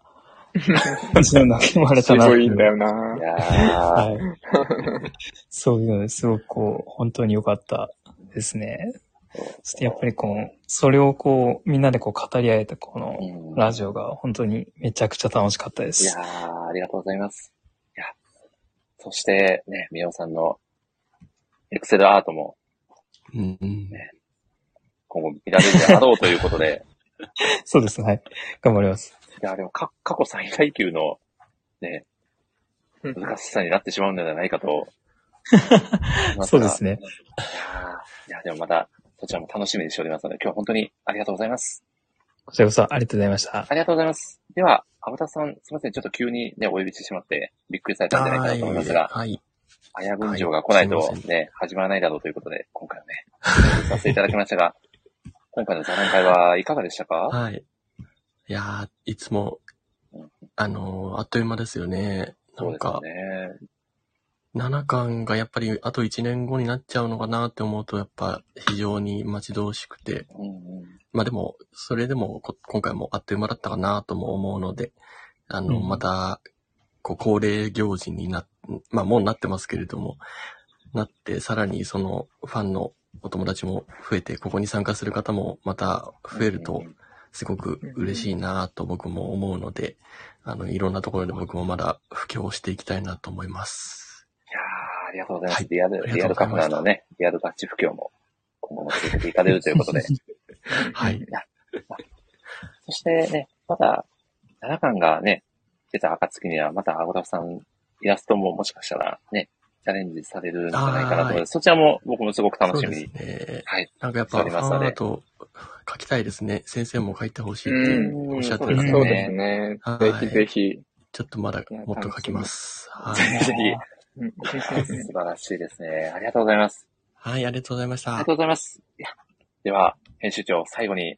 S5: 一度泣き生まれたなって
S2: 渋
S5: い
S2: いんだ
S5: う。
S2: よない
S1: や
S5: はい。そういうのですごくこう、本当に良かったですね。そしてやっぱりこう、それをこう、みんなでこう語り合えたこの
S1: ー、うん
S5: ラジオが本当にめちゃくちゃ楽しかったで
S1: い
S5: す
S1: や。ー、ありがとうございます。いや、そしてね、ミオさんのエクセルアートも
S6: うんうん
S1: 今後見られるであろうということ で、
S5: そうですね。はい。頑張ります。
S1: いや、でもか過去最大級のね、
S2: うん
S1: 難しさになってしまうのではないか と。
S5: そうですね。
S1: いや、でもまた、そちらも楽しみにしておりますので、今日は本当にありがとうございます。
S5: こちらこそありがとうございました。
S1: ありがとうございます。では、アブタさん、すみません。ちょっと急にね、お呼びしてしまって、びっくりされたんじゃないかなと思いますが、
S6: はい。
S1: あや文章が来ないと
S6: はいすいま
S1: ね、始まらないだろうということで、今回はね、お呼びさせていただきましたが、 今回の座談会はいかがでしたか
S6: はい。いやー、いつも
S1: うん、
S6: あのーあっという間ですよね。な
S1: そうんです
S6: か、
S1: ね。
S6: 七巻がやっぱりあと1年後になっちゃうのかなって思うと、やっぱ非常に待ち遠しくて、
S1: うんうん。
S6: まあでも、それでもこ今回もあっという間だったかなとも思うので、あの、
S5: うん
S6: また、こう、恒例行事にな、まあもうなってますけれども、なって、さらにそのファンのお友達も増えて、ここに参加する方もまた増える
S1: うん
S6: と
S1: うん、
S6: すごく嬉しいなと僕も思うので、あの、いろんなところで僕もまだ布教していきたいなと思います。
S1: いやーありがとうございます。
S6: はい
S1: リアル、
S6: あ
S1: リア
S6: りがと
S1: ル
S6: うござ
S1: カ
S6: い
S1: フ
S6: まし
S1: ナ
S6: た
S1: のね、リアルガチ布教も今後も続けていかれるという ことで。
S6: はい。
S1: そしてね、まだ、7巻がね、出た暁には、またアゴダフさん、イラストももしかしたらね、チャレンジされるんじゃないかなと思います。そちらも僕もすごく楽しみに。
S6: そうですね。
S1: はい。
S6: なんかやっ
S1: わ
S6: ぱ
S1: か
S6: フ
S1: りま
S6: ァン
S1: したね
S6: アート書きたいですね。先生も書いてほしいって
S2: うん
S6: おっしゃって
S1: そ
S6: た
S1: うで
S6: の
S1: す
S6: で、
S2: そうです
S1: ね
S2: ね
S6: は。
S2: ぜ
S6: い
S2: ひぜひ。
S6: ちょっとまだもっと書きます。は
S1: ぜ
S6: い。
S1: ひぜ
S2: うん
S1: ひ。 素晴らしいですね。ありがとうございます。
S6: はい、ありがとうございまし
S1: あり
S6: た
S1: が。とうございます。いやでは、編集長、最後に、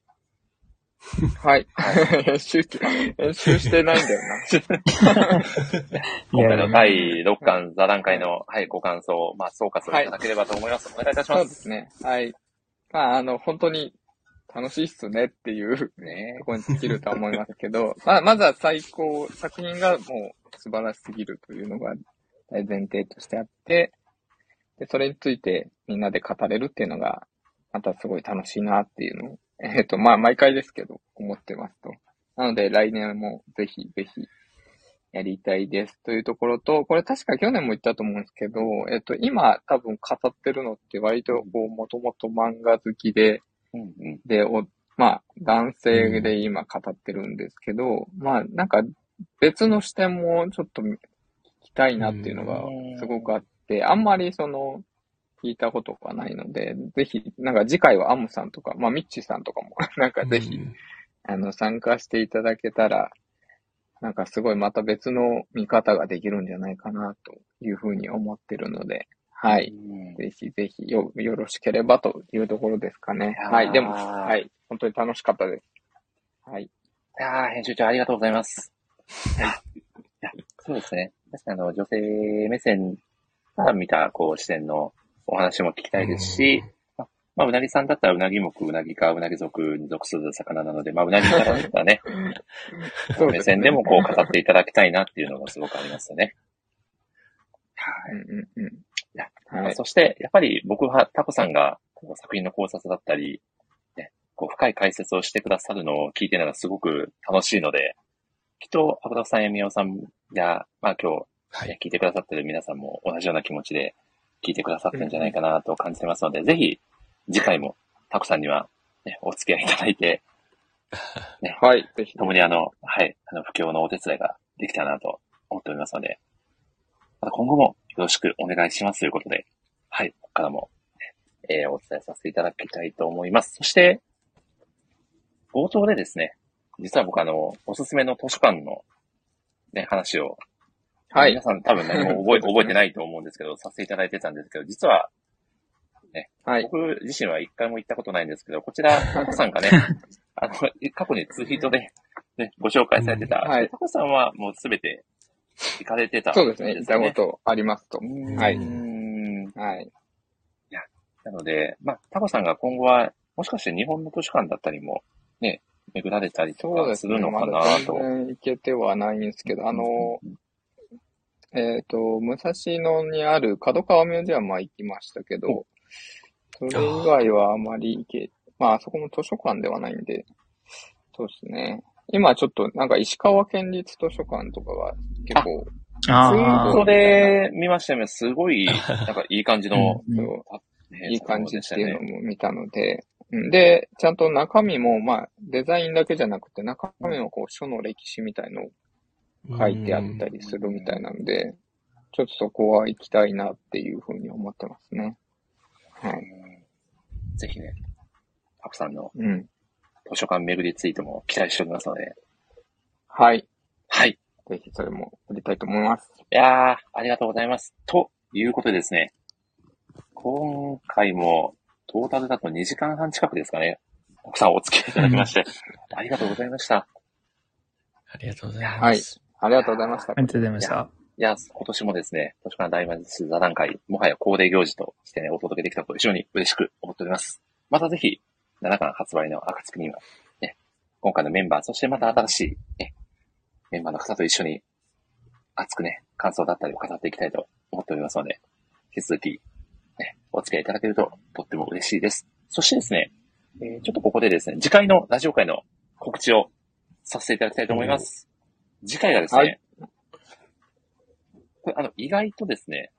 S2: はい。編集、編集してないんだよ
S1: 今回の
S5: いや
S1: 第6巻座談会の、はい、ご感想を、まあ、総括をいただければと思います。お願いいたし
S2: な。そ
S1: ま。
S2: うですすね。はい。まあ、あの、本当に楽しいっすねっていう
S1: ね
S2: ところに尽きるとは思いますけど、まあ、まずは最高、作品がもう素晴らしすぎるというのが大前提としてあって、で、それについてみんなで語れるっていうのが、またすごい楽しいなっていうのを、えっ、と、まあ、毎回ですけど、思ってますと。なので、来年もぜひぜひやりたいですというところと、これ確か去年も言ったと思うんですけど、えっ、と、今多分語ってるのって割とこう、もともと漫画好きで、
S1: うんうん。
S2: で、お、まあ、男性で今語ってるんですけど、まあ、なんか別の視点もちょっと聞きたいなっていうのがすごくあって、あんまりその、聞いたことがないので、ぜひ、なんか次回はアムさんとか、まあ、ミッチーさんとかも、 なんかぜひ、
S6: うん
S2: あの、参加していただけたら、なんかすごいまた別の見方ができるんじゃないかなというふうに思ってるので、はい。
S1: うん
S2: ぜひぜひよよろしければというところですかね。
S1: やー
S2: はい、でも、はい、本当に楽しかったです。はい。
S1: いやー編集長ありがとうございます。いやそうですね。確かにあの、女性目線から見た、こう、視点のお話も聞きたいですし、まあまあ、うなぎさんだったらうなぎ目、うなぎか、うなぎ族に属する魚なので、まあ、うなぎからだったらね、
S2: そう
S1: 目
S2: ですね
S1: 線でもこう、語っていただきたいなっていうのがすごくありますよね。はい。
S2: うんうんうん。
S1: や
S2: はい。
S1: そして、やっぱり僕はタコさんがこう作品の考察だったり、ね、こう深い解説をしてくださるのを聞いてるのがすごく楽しいので、きっと、アブダさんやミオさんや、まあ今日、
S6: はい
S1: ね、聞いてくださってる皆さんも同じような気持ちで聞いてくださってるんじゃないかなと感じてますので、ぜひ次回もタコさんには、ね、お付き合いいただいて、
S2: はい、ぜひ。
S1: 共にあの、はい、あの、不況のお手伝いができたらなと思っておりますので、また今後もよろしくお願いしますということで、はい、ここからも、えーお伝えさせていただきたいと思います。そして、冒頭でですね、実は僕あの、おすすめの図書館の、ね、話を、
S2: はい
S1: 皆さん多分何も覚 え
S2: そうですね
S1: 覚えてないと思うんですけど、させていただいてたんですけど、実は、
S2: はい。
S1: 僕自身は一回も行ったことないんですけど、こち ら、タコさんがね、あの、過去にツイートで、 ね、ご紹介されてた、
S2: うんはい
S1: タコさんはもうすべて行かれてたん
S2: そうですね。行ったことありますと
S1: う。ん
S2: はいう
S1: ーん
S2: はい。
S1: なので、まあ、タコさんが今後は、もしかして日本の図書館だったりも、ね、巡られたりと
S2: そう
S1: か
S2: ですす
S1: る
S2: ね。
S1: の
S2: ま
S1: か
S2: だ
S1: な
S2: 全
S1: と。
S2: 然行けてはないんですけど、あの、えっと、武蔵野にある角川ミュージアムは行きましたけど、それ以外はあまり行け、まあ、あそこも図書館ではないんで、そうですね。今ちょっと、なんか石川県立図書館とかが結構、
S1: ツイー
S5: あ
S1: トで見ましたよね。すご い、なんかいい感じの、
S5: うん
S2: そう
S1: ね
S2: いい感じっ
S1: でしてた
S2: いう
S1: ね
S2: の。も見たので、うんで、ちゃんと中身も、まあ、デザインだけじゃなくて、中身もこう、書の歴史みたいのを書いてあったりするみたいなので、ちょっとそこは行きたいなっていうふうに思ってますね。はい。
S1: うんぜひね、タコさんの
S2: うん。
S1: 図書館巡りツイートも期待しておりますので、
S2: はい。
S1: はい。
S2: ぜひそれもやりたいと思います。
S1: いやー、ありがとうございます。ということでですね、今回もトータルだと2時間半近くですかね。奥さんお付き合いいただきまして、ありがとうございました。
S6: ありがとうございま
S2: は
S6: す。
S2: い。ありがとうございました
S5: あ。りがとうございました。
S1: いや、今年もですね、図書館大魔術座談会、もはや恒例行事としてね、お届けできたことを非常に嬉しく思っております。またぜひ、7巻発売の暁には、ね、今回のメンバー、そしてまた新しい、ね、メンバーの方と一緒に、熱くね、感想だったりを語っていきたいと思っておりますので、引き続き、ね、お付き合いいただけるととっても嬉しいです。そしてですね、えーちょっとここでですね、次回のラジオ会の告知をさせていただきたいと思います。次回がですね、
S2: はい
S1: これ、あの、意外とですね、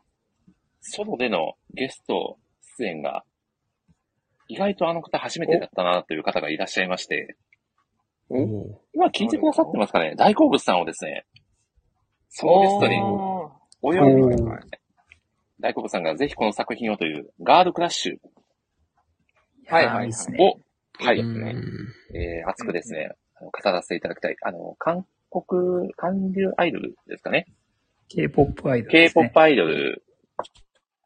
S1: 外でのゲスト出演が、意外とあの方初めてだったなという方がいらっしゃいまして、
S2: お
S1: 今聞いてくださってますかね大好物さんをですね、そのゲストにお呼び
S5: おー
S1: 大好物さんがぜひこの作品をという、ガールクラッシ
S2: はいはいはい
S5: いいです
S1: ュ
S5: ね。
S1: を、はい、
S6: うん
S2: ね
S1: えー、熱くですね、あの語らせていただきたい。あの、韓国、韓流アイドルですかね
S5: K-POP アイドルですね。
S1: ?K-POP アイドル、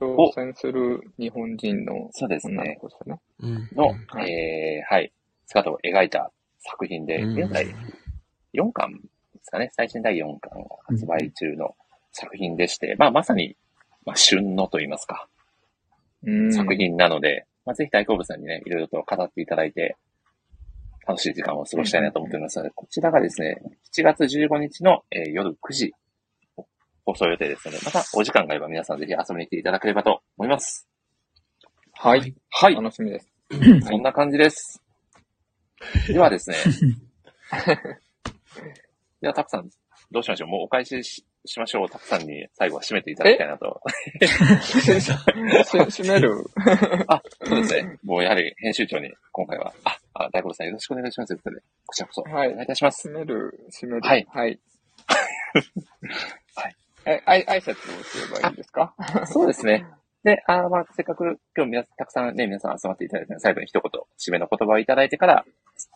S2: 挑戦する日本人の
S1: そうです
S2: 女の
S1: ね、
S2: 子ですね。
S6: うん
S1: の、
S2: はい
S1: えー、はい、姿を描いた作品で、現在、4巻ですかね、最新第4巻が発売中の作品でして、まあまさに、まあ、旬のと言いますか、
S2: うん
S1: 作。品なので、まあぜひ大好物さんにね、いろいろと語っていただいて、楽しい時間を過ごしたいなと思っておりますので、こちらがですね、7月15日の、えー夜9時、放送予定ですので、またお時間があれば皆さんぜひ遊びに来ていただければと思います。
S2: はい。
S1: はい、
S2: 楽しみです。
S1: そんな感じです。では ですね、ではたくさん、どうしましょうもうお返しししましょう。たくさんに最後は締めていただきたいな と。
S2: し締める。
S1: あ、そうですね。もうやはり編集長に今回は、あ、あ大五郎さんよろしくお願いします。ということで、こちらこそ、お
S2: はい
S1: 願いいたします。
S2: 締める、締める。
S1: はい
S2: はい。
S1: はい。
S2: え、あい、挨拶をすればいいんですか
S1: そうですね。で、あーまあ、せっかく今日皆さん、たくさんね、皆さん集まっていただいたので、最後に一言、締めの言葉をいただいてから、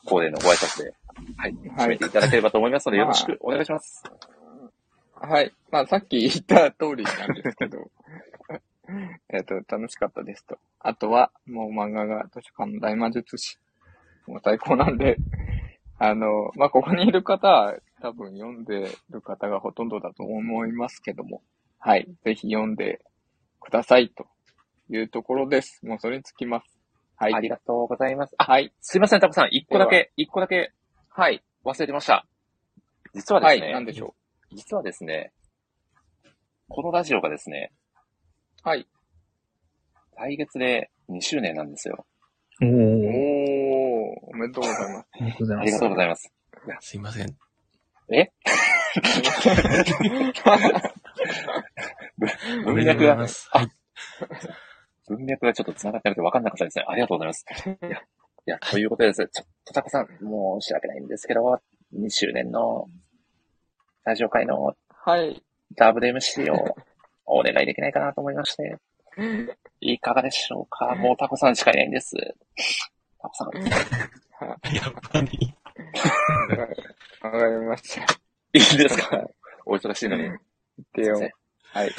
S1: 恒例のご挨拶で、はい、
S2: はい
S1: 締めていただければと思いますので、
S2: ま
S1: よ
S2: あ
S1: ろしくお願いします。
S2: はい。まあ、さっき言った通りなんですけど、 えっと、楽しかったですと。あとは、もう漫画が図書館の大魔術師。もう最高なんで、あの、まあ、ここにいる方は、多分読んでる方がほとんどだと思いますけども、はい。ぜひ読んでくださいというところです。もうそれにつきます。はい。
S1: ありがとうございます。あ、
S2: はい。
S1: すいません、タコさん、一個だ
S2: で
S1: け、一個だけ
S2: はい。
S1: 忘れてました。実はで
S2: は
S1: す
S2: い。
S1: ね、
S2: なんでしょ
S1: 実はですね、このラジオがですね、
S2: う。はい。
S1: 来月で2周年なんですよ。
S5: お
S2: おー
S5: ー、
S2: おめでとうございます。
S5: ありがとうござい
S1: あ
S5: ま
S1: りが
S5: す
S1: とう。ございます。
S6: すいません。
S1: 文
S6: おめでとう
S1: 脈
S6: ござい
S1: が
S6: ま、す。はい。
S1: 文脈がちょっと繋がってなくて分かんなかったですね。ありがとうございます。いや、いや、ということでですね、ちょっとタコさん、もう申し訳ないんですけど、2周年のラジオ会の
S2: はい。
S1: WMC をお願いできないかなと思いまして、いかがでしょうかもうタコさんしかいないんです。タコさん。
S6: やっぱり。
S2: わかりました。
S1: いいですかお忙しいのに。
S2: でよ。 はい。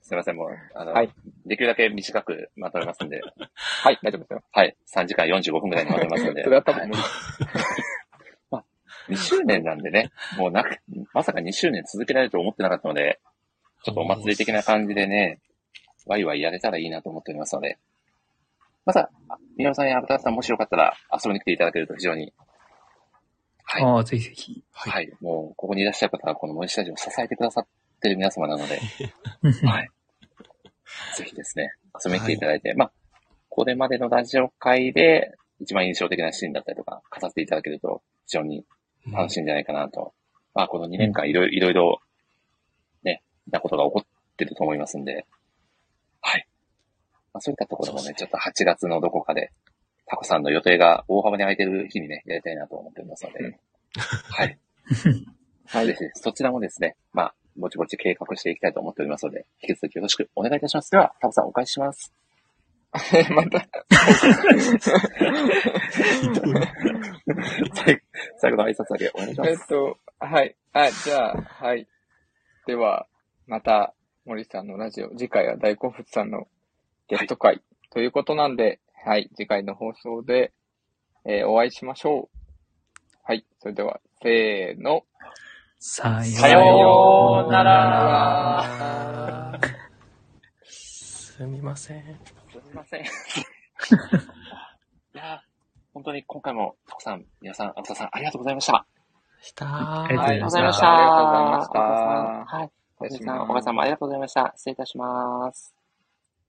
S1: すいません、もう、あの、
S2: はい
S1: できるだけ短くまとめますんで、
S2: はい、大丈夫ですよ。
S1: はい。3時間45分ぐらいにまとめますんで。
S2: それは多分無理。
S1: 2周年なんでね、もうなく、まさか2周年続けられると思ってなかったので、ちょっとお祭り的な感じでね、ワイワイやれたらいいなと思っておりますので、また、宮野さんやアブターさんもしよかったら遊びに来ていただけると非常に、はい。
S5: ああ、ぜひぜひ。
S1: はい。もう、ここにいらっしゃる方は、この森下ジオを支えてくださってる皆様なので、はい。ぜひですね、遊びに来ていただいて、まあ、これまでのラジオ会で、一番印象的なシーンだったりとか、語っていただけると、非常に楽しいんじゃないかなと。まあ、この2年間いろいろ、いろいろ、ね、なことが起こってると思いますんで、はい。まあ、そういったところも
S6: そう
S1: ね、
S6: です
S1: ちょっと8月のどこかで、タコさんの予定が大幅に空いてる日にね、やりたいなと思っておりますの
S2: う
S1: で、はい。
S2: は
S1: ぜ
S2: い。
S1: ひ、そちらもですね、まあ、ぼちぼち計画していきたいと思っておりますので、引き続きよろしくお願いいたします。では、タコさんお返しします。
S2: また、
S1: 最最後の挨拶だけお願いしま
S2: えっ
S1: す。
S2: と、はい。あ、じゃあ、はい。では、また、森さんのラジオ、次回は大好物さんのゲスト会ということなんで、はい、次回の放送で、えーお会いしましょう。はい、それでは、せーの。
S5: さ
S1: さような
S2: ら
S6: すみません。
S1: すみません。い やー本当に今回も、タコさん、皆さん、アブサさん、ありがとうございました。
S6: した
S5: ありがとうございました
S1: ありがとうございました。
S2: ありがとうございました
S1: タコさんはい。
S2: 失礼
S1: 皆
S2: し
S1: さん、
S2: ます
S1: お母さんもありがとうございました。失礼いたします。